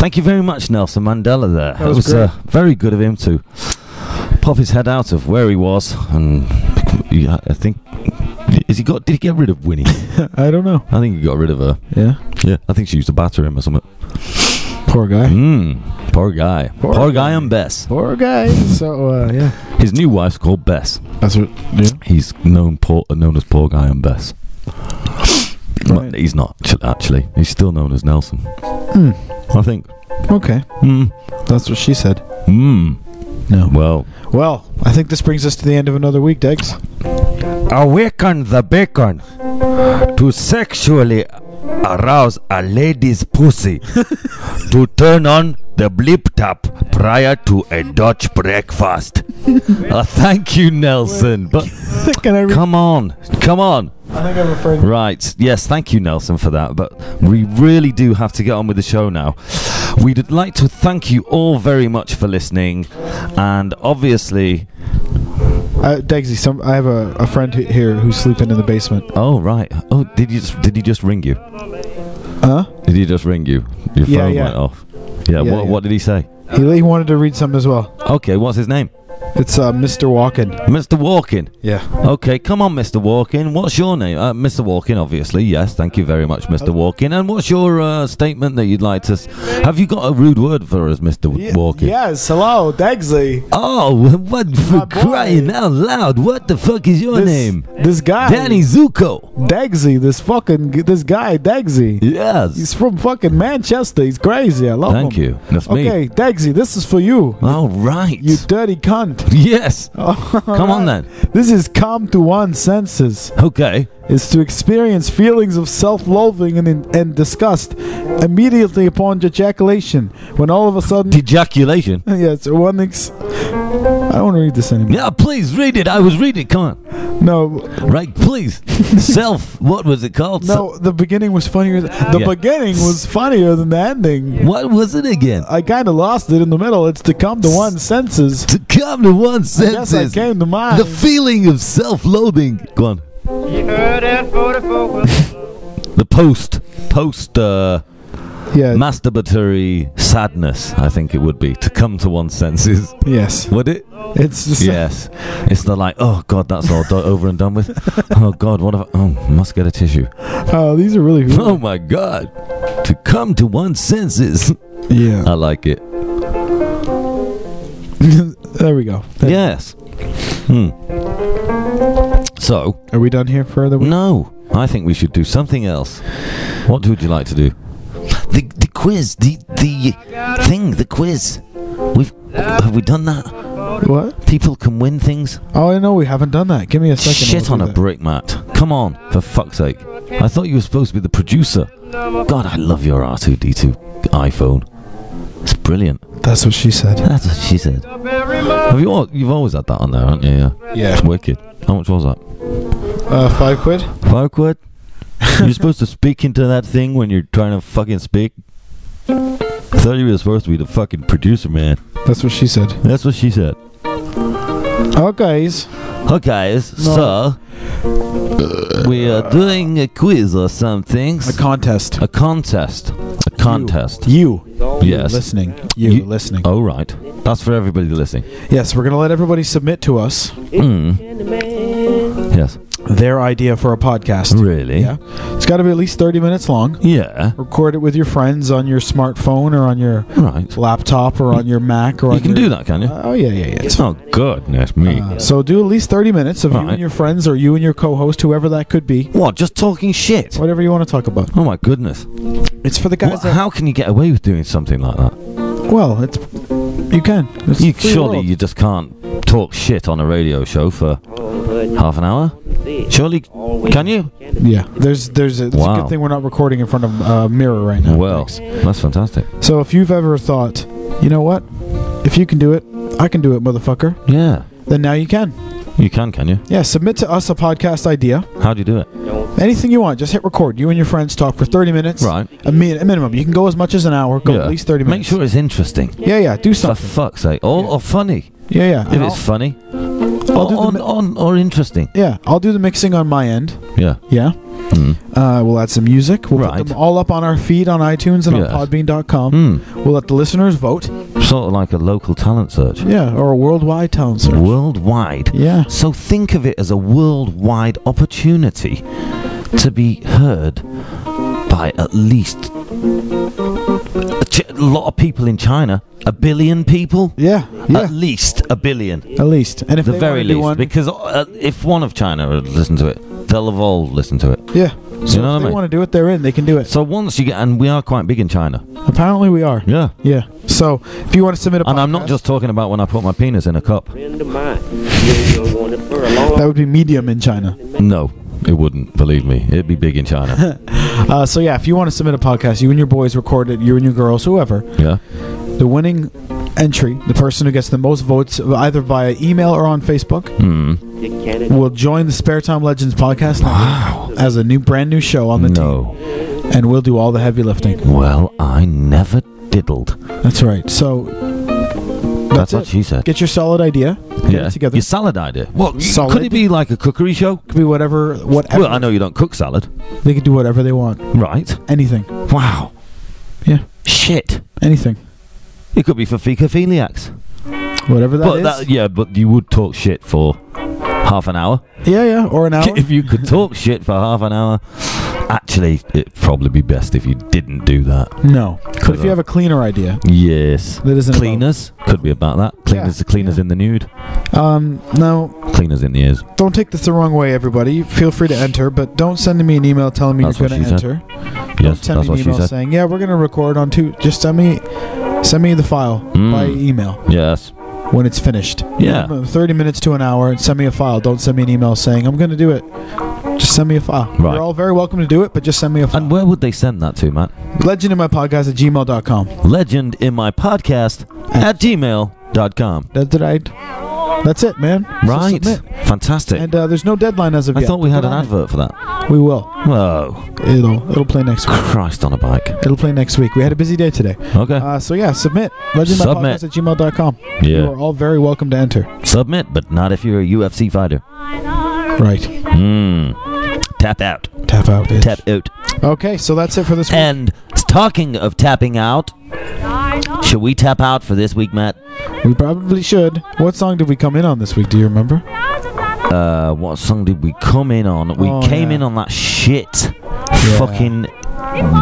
Thank you very much, Nelson Mandela. There,
That was
uh, very good of him to pop his head out of where he was, and yeah, I think is he got? Did he get rid of Winnie?
I don't know.
I think he got rid of her.
Yeah.
Yeah. I think she used to batter him or something.
Poor guy.
Mm, poor guy. Poor, guy. on Bess.
Poor guy. So uh, yeah.
His new wife's called Bess.
That's what. Yeah.
He's known poor, known as poor guy on Bess.
Well, he's not actu- actually. He's still known as Nelson.
Hmm.
I think.
Okay.
hmm,
Mm.
That's what she said.
Mm.
No.
Well,
Well, I think this brings us to the end of another week, Degs.
Awaken the bacon to sexually arouse a lady's pussy to turn on the blip tap prior to a Dutch breakfast.
Uh, thank you, Nelson. But
<laughs> Can I re-
come on, come on.
I think I'm afraid.
Right. Yes. Thank you, Nelson, for that. But we really do have to get on with the show now. We'd like to thank you all very much for listening, and obviously.
Uh, Degsy, some I have a, a friend he- here who's sleeping in the basement.
Oh right. Oh, did you just, did he just ring you?
Huh?
Did he just ring you? Your
Yeah,
phone
yeah.
went off. Yeah.
Yeah,
what
yeah.
What did he say?
He, he wanted to read some as well.
Okay. What's his name?
It's uh, Mr. Walken.
Mr. Walken.
Yeah.
Okay, come on, Mr. Walkin. What's your name? Uh, Mr. Walkin, obviously. Yes, thank you very much,
Oh.
Mr. Walkin. And what's your uh, statement that you'd like to? S- Have you got a rude word for us, Mr. Walkin?
Yes. Hello, Degsy.
Oh, <laughs> what for crying out loud? What the fuck is your
This-
name?
This guy,
Danny Zuko.
Degsy. This fucking this guy, Degsy.
Yes.
He's from fucking Manchester. He's crazy. I love
Thank
him.
you. That's me.
okay, Degsy, this is for you.
<laughs> All right.
You dirty cunt.
<laughs>
<laughs>
yes. Come on then.
This is come to one's senses.
Okay.
Is to experience feelings of self-loathing and, and disgust immediately upon ejaculation, when all of a sudden, <laughs>
Ejaculation.
yes, one. Ex- I don't want to read this anymore.
Yeah, please read it. I was reading. Come on.
No,
Right,
<laughs>
please. Self. What was it called?
no. The beginning was funnier. th- The
Yeah.
beginning was funnier than the ending.
What was it again?
I kind of lost it in the middle. It's to come to one's senses.
to come to one
I guess
senses.
I came to mine.
The feeling of self-loathing. Go on.
<laughs>
the post, post, uh,
yeah.
masturbatory sadness. I think it would be to come to one's senses. <laughs>
yes.
Would
<laughs>
it?
It's just,
Yes. It's the like, oh god, that's all do- over and
<laughs>
done with. Oh god, what? Have I- oh, must get a tissue.
Oh, these are
<laughs>
really.
Oh my god, to come to one's senses. <laughs>
Yeah.
I like it.
<laughs> there we go. There-
Yes. Hmm. So,
Are we done here for the week?
No, I think we should do something else. What would you like to do?
The, the quiz, the the thing, the quiz. We've have we done that?
What?
People can win things.
Oh, I know we haven't done that. Give me a second.
Shit
I'll
on
do
a
that.
brick, Matt. Come on, for fuck's sake. I thought you were supposed to be the producer. God, I love your R2D2 iPhone. It's brilliant.
That's what she said.
That's what she said. Have you all, you've always had that on there, haven't you? Yeah.
Yeah.
It's wicked. How much was that?
Uh, five quid.
Five quid?
<laughs>
you're supposed to speak into that thing when you're trying to fucking speak? I thought you were supposed to be the fucking producer, man.
That's what she said.
That's what she said.
Oh, guys.
Okay, so we are doing a quiz or something.
A contest.
A contest. A contest.
You.
Yes.
Listening. You,
You-
listening.
Oh, right. That's for everybody listening.
Yes, we're gonna let everybody submit to us
Mm. Yes.
their idea for a podcast.
Really?
Yeah. It's got to be at least thirty minutes long.
Yeah.
Record it with your friends on your smartphone or on your
Right.
laptop or on your Mac or on
You can do
your-
that, can you?
Oh yeah, yeah, yeah. It's
oh, goodness me.
Uh, so do at least 30 minutes of you
Right.
and your friends or you and your co-host whoever that could be
what? Just talking shit?
whatever you want to talk about
Oh, my goodness.
it's for the guys uh,
What-
that
how can you get away with doing something like that?
well it's you can it's
You,
the free
surely
world.
you just can't talk shit on a radio show for half an hour? Surely, can you?
yeah there's there's a, it's a
Wow.
good thing we're not recording in front of a mirror right now
Well,
Thanks.
that's fantastic.
so if you've ever thought you know what if you can do it I can do it motherfucker
Yeah.
then now you can
You can, can you?
yeah submit to us a podcast idea
How do you do it?
anything you want just hit record you and your friends talk for 30 minutes
Right.
a, min- a minimum you can go as much as an hour go
Yeah.
at least 30 minutes
Make sure it's interesting.
yeah yeah do
For
something
fuck's sake. Or, or funny.
yeah yeah
If
And I'll-
it's funny.
I'll
Or,
do the
on,
mi-
on, or interesting.
Yeah, I'll do the mixing on my end.
Yeah.
Yeah.
Mm.
Uh, we'll add some music. We'll
Right.
put them all up on our feed on iTunes and
Yes.
on Podbean.com.
Mm.
We'll let the listeners vote.
Sort of like a local talent search.
Yeah, or a worldwide talent search.
Worldwide.
Yeah.
So think of it as a worldwide opportunity to be heard by at least a ch- lot of people in China. A billion people?
Yeah, yeah.
At least a billion.
At least. And if
the
they
very
wanna do
least.
one-
because uh, if one of China would listen to it, they'll have all listened to it.
Yeah.
So you know what
if
I
they
mean?
want to do it, they're in. They can do it.
So once you get, and we are quite big in China.
Apparently, we are.
Yeah.
Yeah. So if you want to submit a
And I'm not just talking about when I put my penis in a cup.
that would be medium in China.
No, it wouldn't. Believe me, it'd be big in
<laughs>
China.
Uh, so yeah, if you want to submit a podcast, you and your boys record it, you and your girls, whoever.
Yeah.
The winning entry, the person who gets the most votes, either via email or on Facebook,
Hmm.
will join the Spare Time Legends podcast network as a new, brand new show on the
no.
team, and we'll do all the heavy lifting.
Well, I never diddled.
That's right. So
That's, what she said.
get your solid idea. Get
yeah.
it together.
Your salad idea. What?
Solid.
Could it be like a cookery show?
Could be whatever. Whatever.
Well, I know you don't cook salad.
they could do whatever they want.
Right.
Anything.
Wow.
Yeah.
Shit.
Anything.
It could be for fecophiliacs.
Whatever that
but
is.
that, yeah, but you would talk shit for half an hour.
yeah, yeah. Or an hour.
<laughs> If you could
<laughs>
talk shit for half an hour, actually, it'd probably be best if you didn't do that.
no. But if
Could've.
you have a cleaner idea,
Yes.
That isn't about-
cleaners could be about that. Cleaners, the cleaners in the nude,
um, no,
cleaners in the ears.
don't take this the wrong way, everybody. Feel free to enter, but don't send me an email telling me
That's
you're
what
going to
she said.
enter.
Yes,
Send
that's what
me an
she
email
said.
saying, "Yeah, we're going to record on two. Just send me, send me the file
Mm.
by email
Yes.
when it's finished.
Yeah.
Um, thirty minutes to an hour, and send me a file. Don't send me an email saying I'm going to do it. Just send me a file.
Right.
You're all very welcome to do it, but just send me a file.
And where would they send that to, Matt?
Legend in my podcast at gmail.com.
Legend in my podcast at gmail.com.
That's right. That's it, man. So
Right.
submit.
Fantastic.
and uh, there's no deadline as of
I
yet.
thought we had an
Get on it.
advert for that.
We will.
Whoa.
It'll it'll play next week.
Christ on a bike.
It'll play next week. We had a busy day today.
Okay.
Uh, so yeah, submit. Legendmypodcast at gmail.com. You
yeah.
are all very welcome to enter.
Submit, but not if you're a UFC fighter.
Right.
Mm. Tap out.
Tap out. bitch.
Tap out.
Okay, so that's it for this week.
And talking of tapping out, should we tap out for this week, Matt?
we probably should. What song did we come in on this week? Do you remember?
Uh, what song did we come in on? We
Oh,
came
yeah.
in on that shit, fucking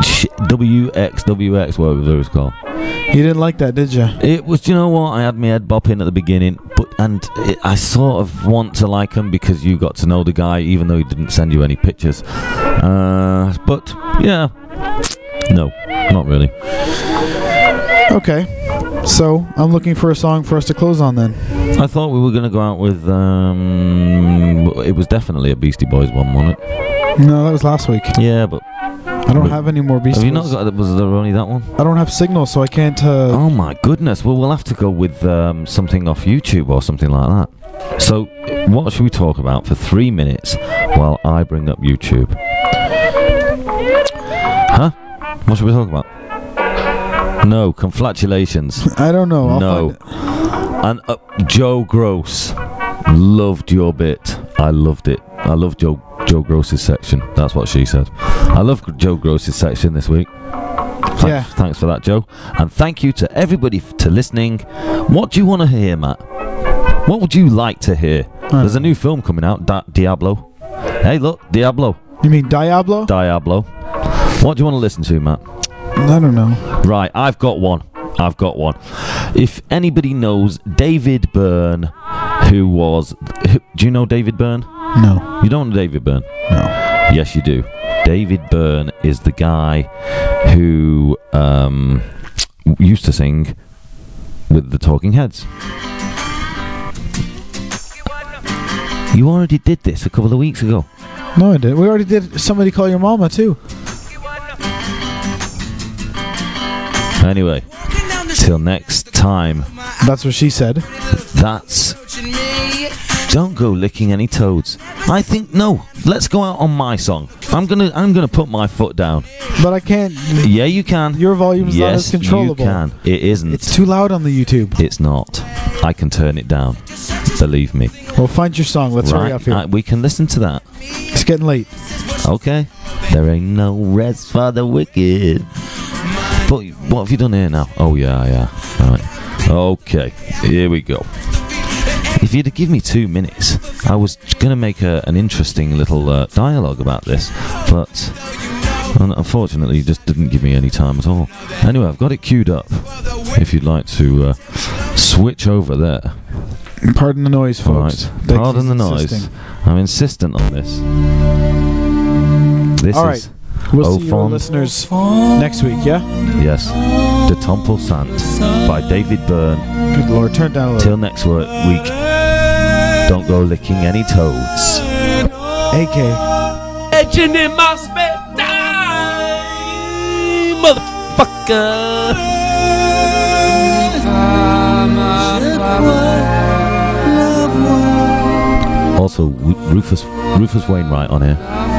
sh- WXWX, whatever it was called.
You didn't like that, did you?
It was, you know what? I had my head bopping at the beginning, but and it, I sort of want to like him because you got to know the guy, even though he didn't send you any pictures. Uh, but yeah, no, not really.
Okay. So I'm looking for a song for us to close on then.
I thought we were gonna go out with. Um, it was definitely a Beastie Boys one, wasn't it?
No, that was last week.
Yeah, but
I don't have any more
have
Beastie
you not
Boys.
got? Was there only that one?
I don't have signal, so I can't. Uh,
Oh my goodness. Well, we'll have to go with um, something off YouTube or something like that. So, what should we talk about for three minutes while I bring up YouTube? Huh? What should we talk about? No, conflatulations.
I don't know. Oh, I'll
no.
find it.
And uh, Joe Gross loved your bit. I loved it. I love Joe Joe Gross's section. That's what she said. I love Joe Gross's section this week. Thanks,
Yeah.
thanks for that, Joe. And thank you to everybody f- to listening. What do you want to hear, Matt? What would you like to hear? There's a new film coming out, Di- Diablo. Hey, look, Diablo,
You mean Diablo?
Diablo. What do you want to listen to, Matt?
I don't know.
Right, I've got one. I've got one. If anybody knows David Byrne, who was. who- do you know David Byrne?
No.
You don't know David Byrne?
No.
Yes, you do. David Byrne is the guy who um, used to sing with the Talking Heads. You already did this a couple of weeks ago.
No, I did. We already did. Somebody call your mama too.
Anyway, till next time,
That's what she said.
that's Don't go licking any toads. I think no. Let's go out on my song. I'm gonna I'm gonna put my foot down.
But I can't.
Yeah, you can.
Your volume's not as
yes, you
controllable.
can. It isn't.
It's too loud on the YouTube.
It's not. I can turn it down. Believe me.
Well, find your song. Let's
right?
hurry up here.
Uh, we can listen to that.
it's getting late.
Okay. There ain't no rest for the wicked. But what have you done here now? Oh yeah, yeah. All right. Okay. Here we go. If you'd have given me two minutes, I was going to make a, an interesting little uh, dialogue about this, but And unfortunately, you just didn't give me any time at all. Anyway, I've got it queued up. If you'd like to uh, switch over there.
Pardon the noise,
All right.
folks. Bex
Pardon
is
the noise.
insisting.
I'm insistent on this. This
All
is
right. We'll
Au
see you
Fond-
listeners next week, yeah?
Yes. De Temple Sant by David Byrne.
Good lord, turn it down a little.
Till next wo- week. Don't go licking any toads.
AK.
Legend in my spare time, motherfucker.
Also, Ru- Rufus Rufus Wainwright on here.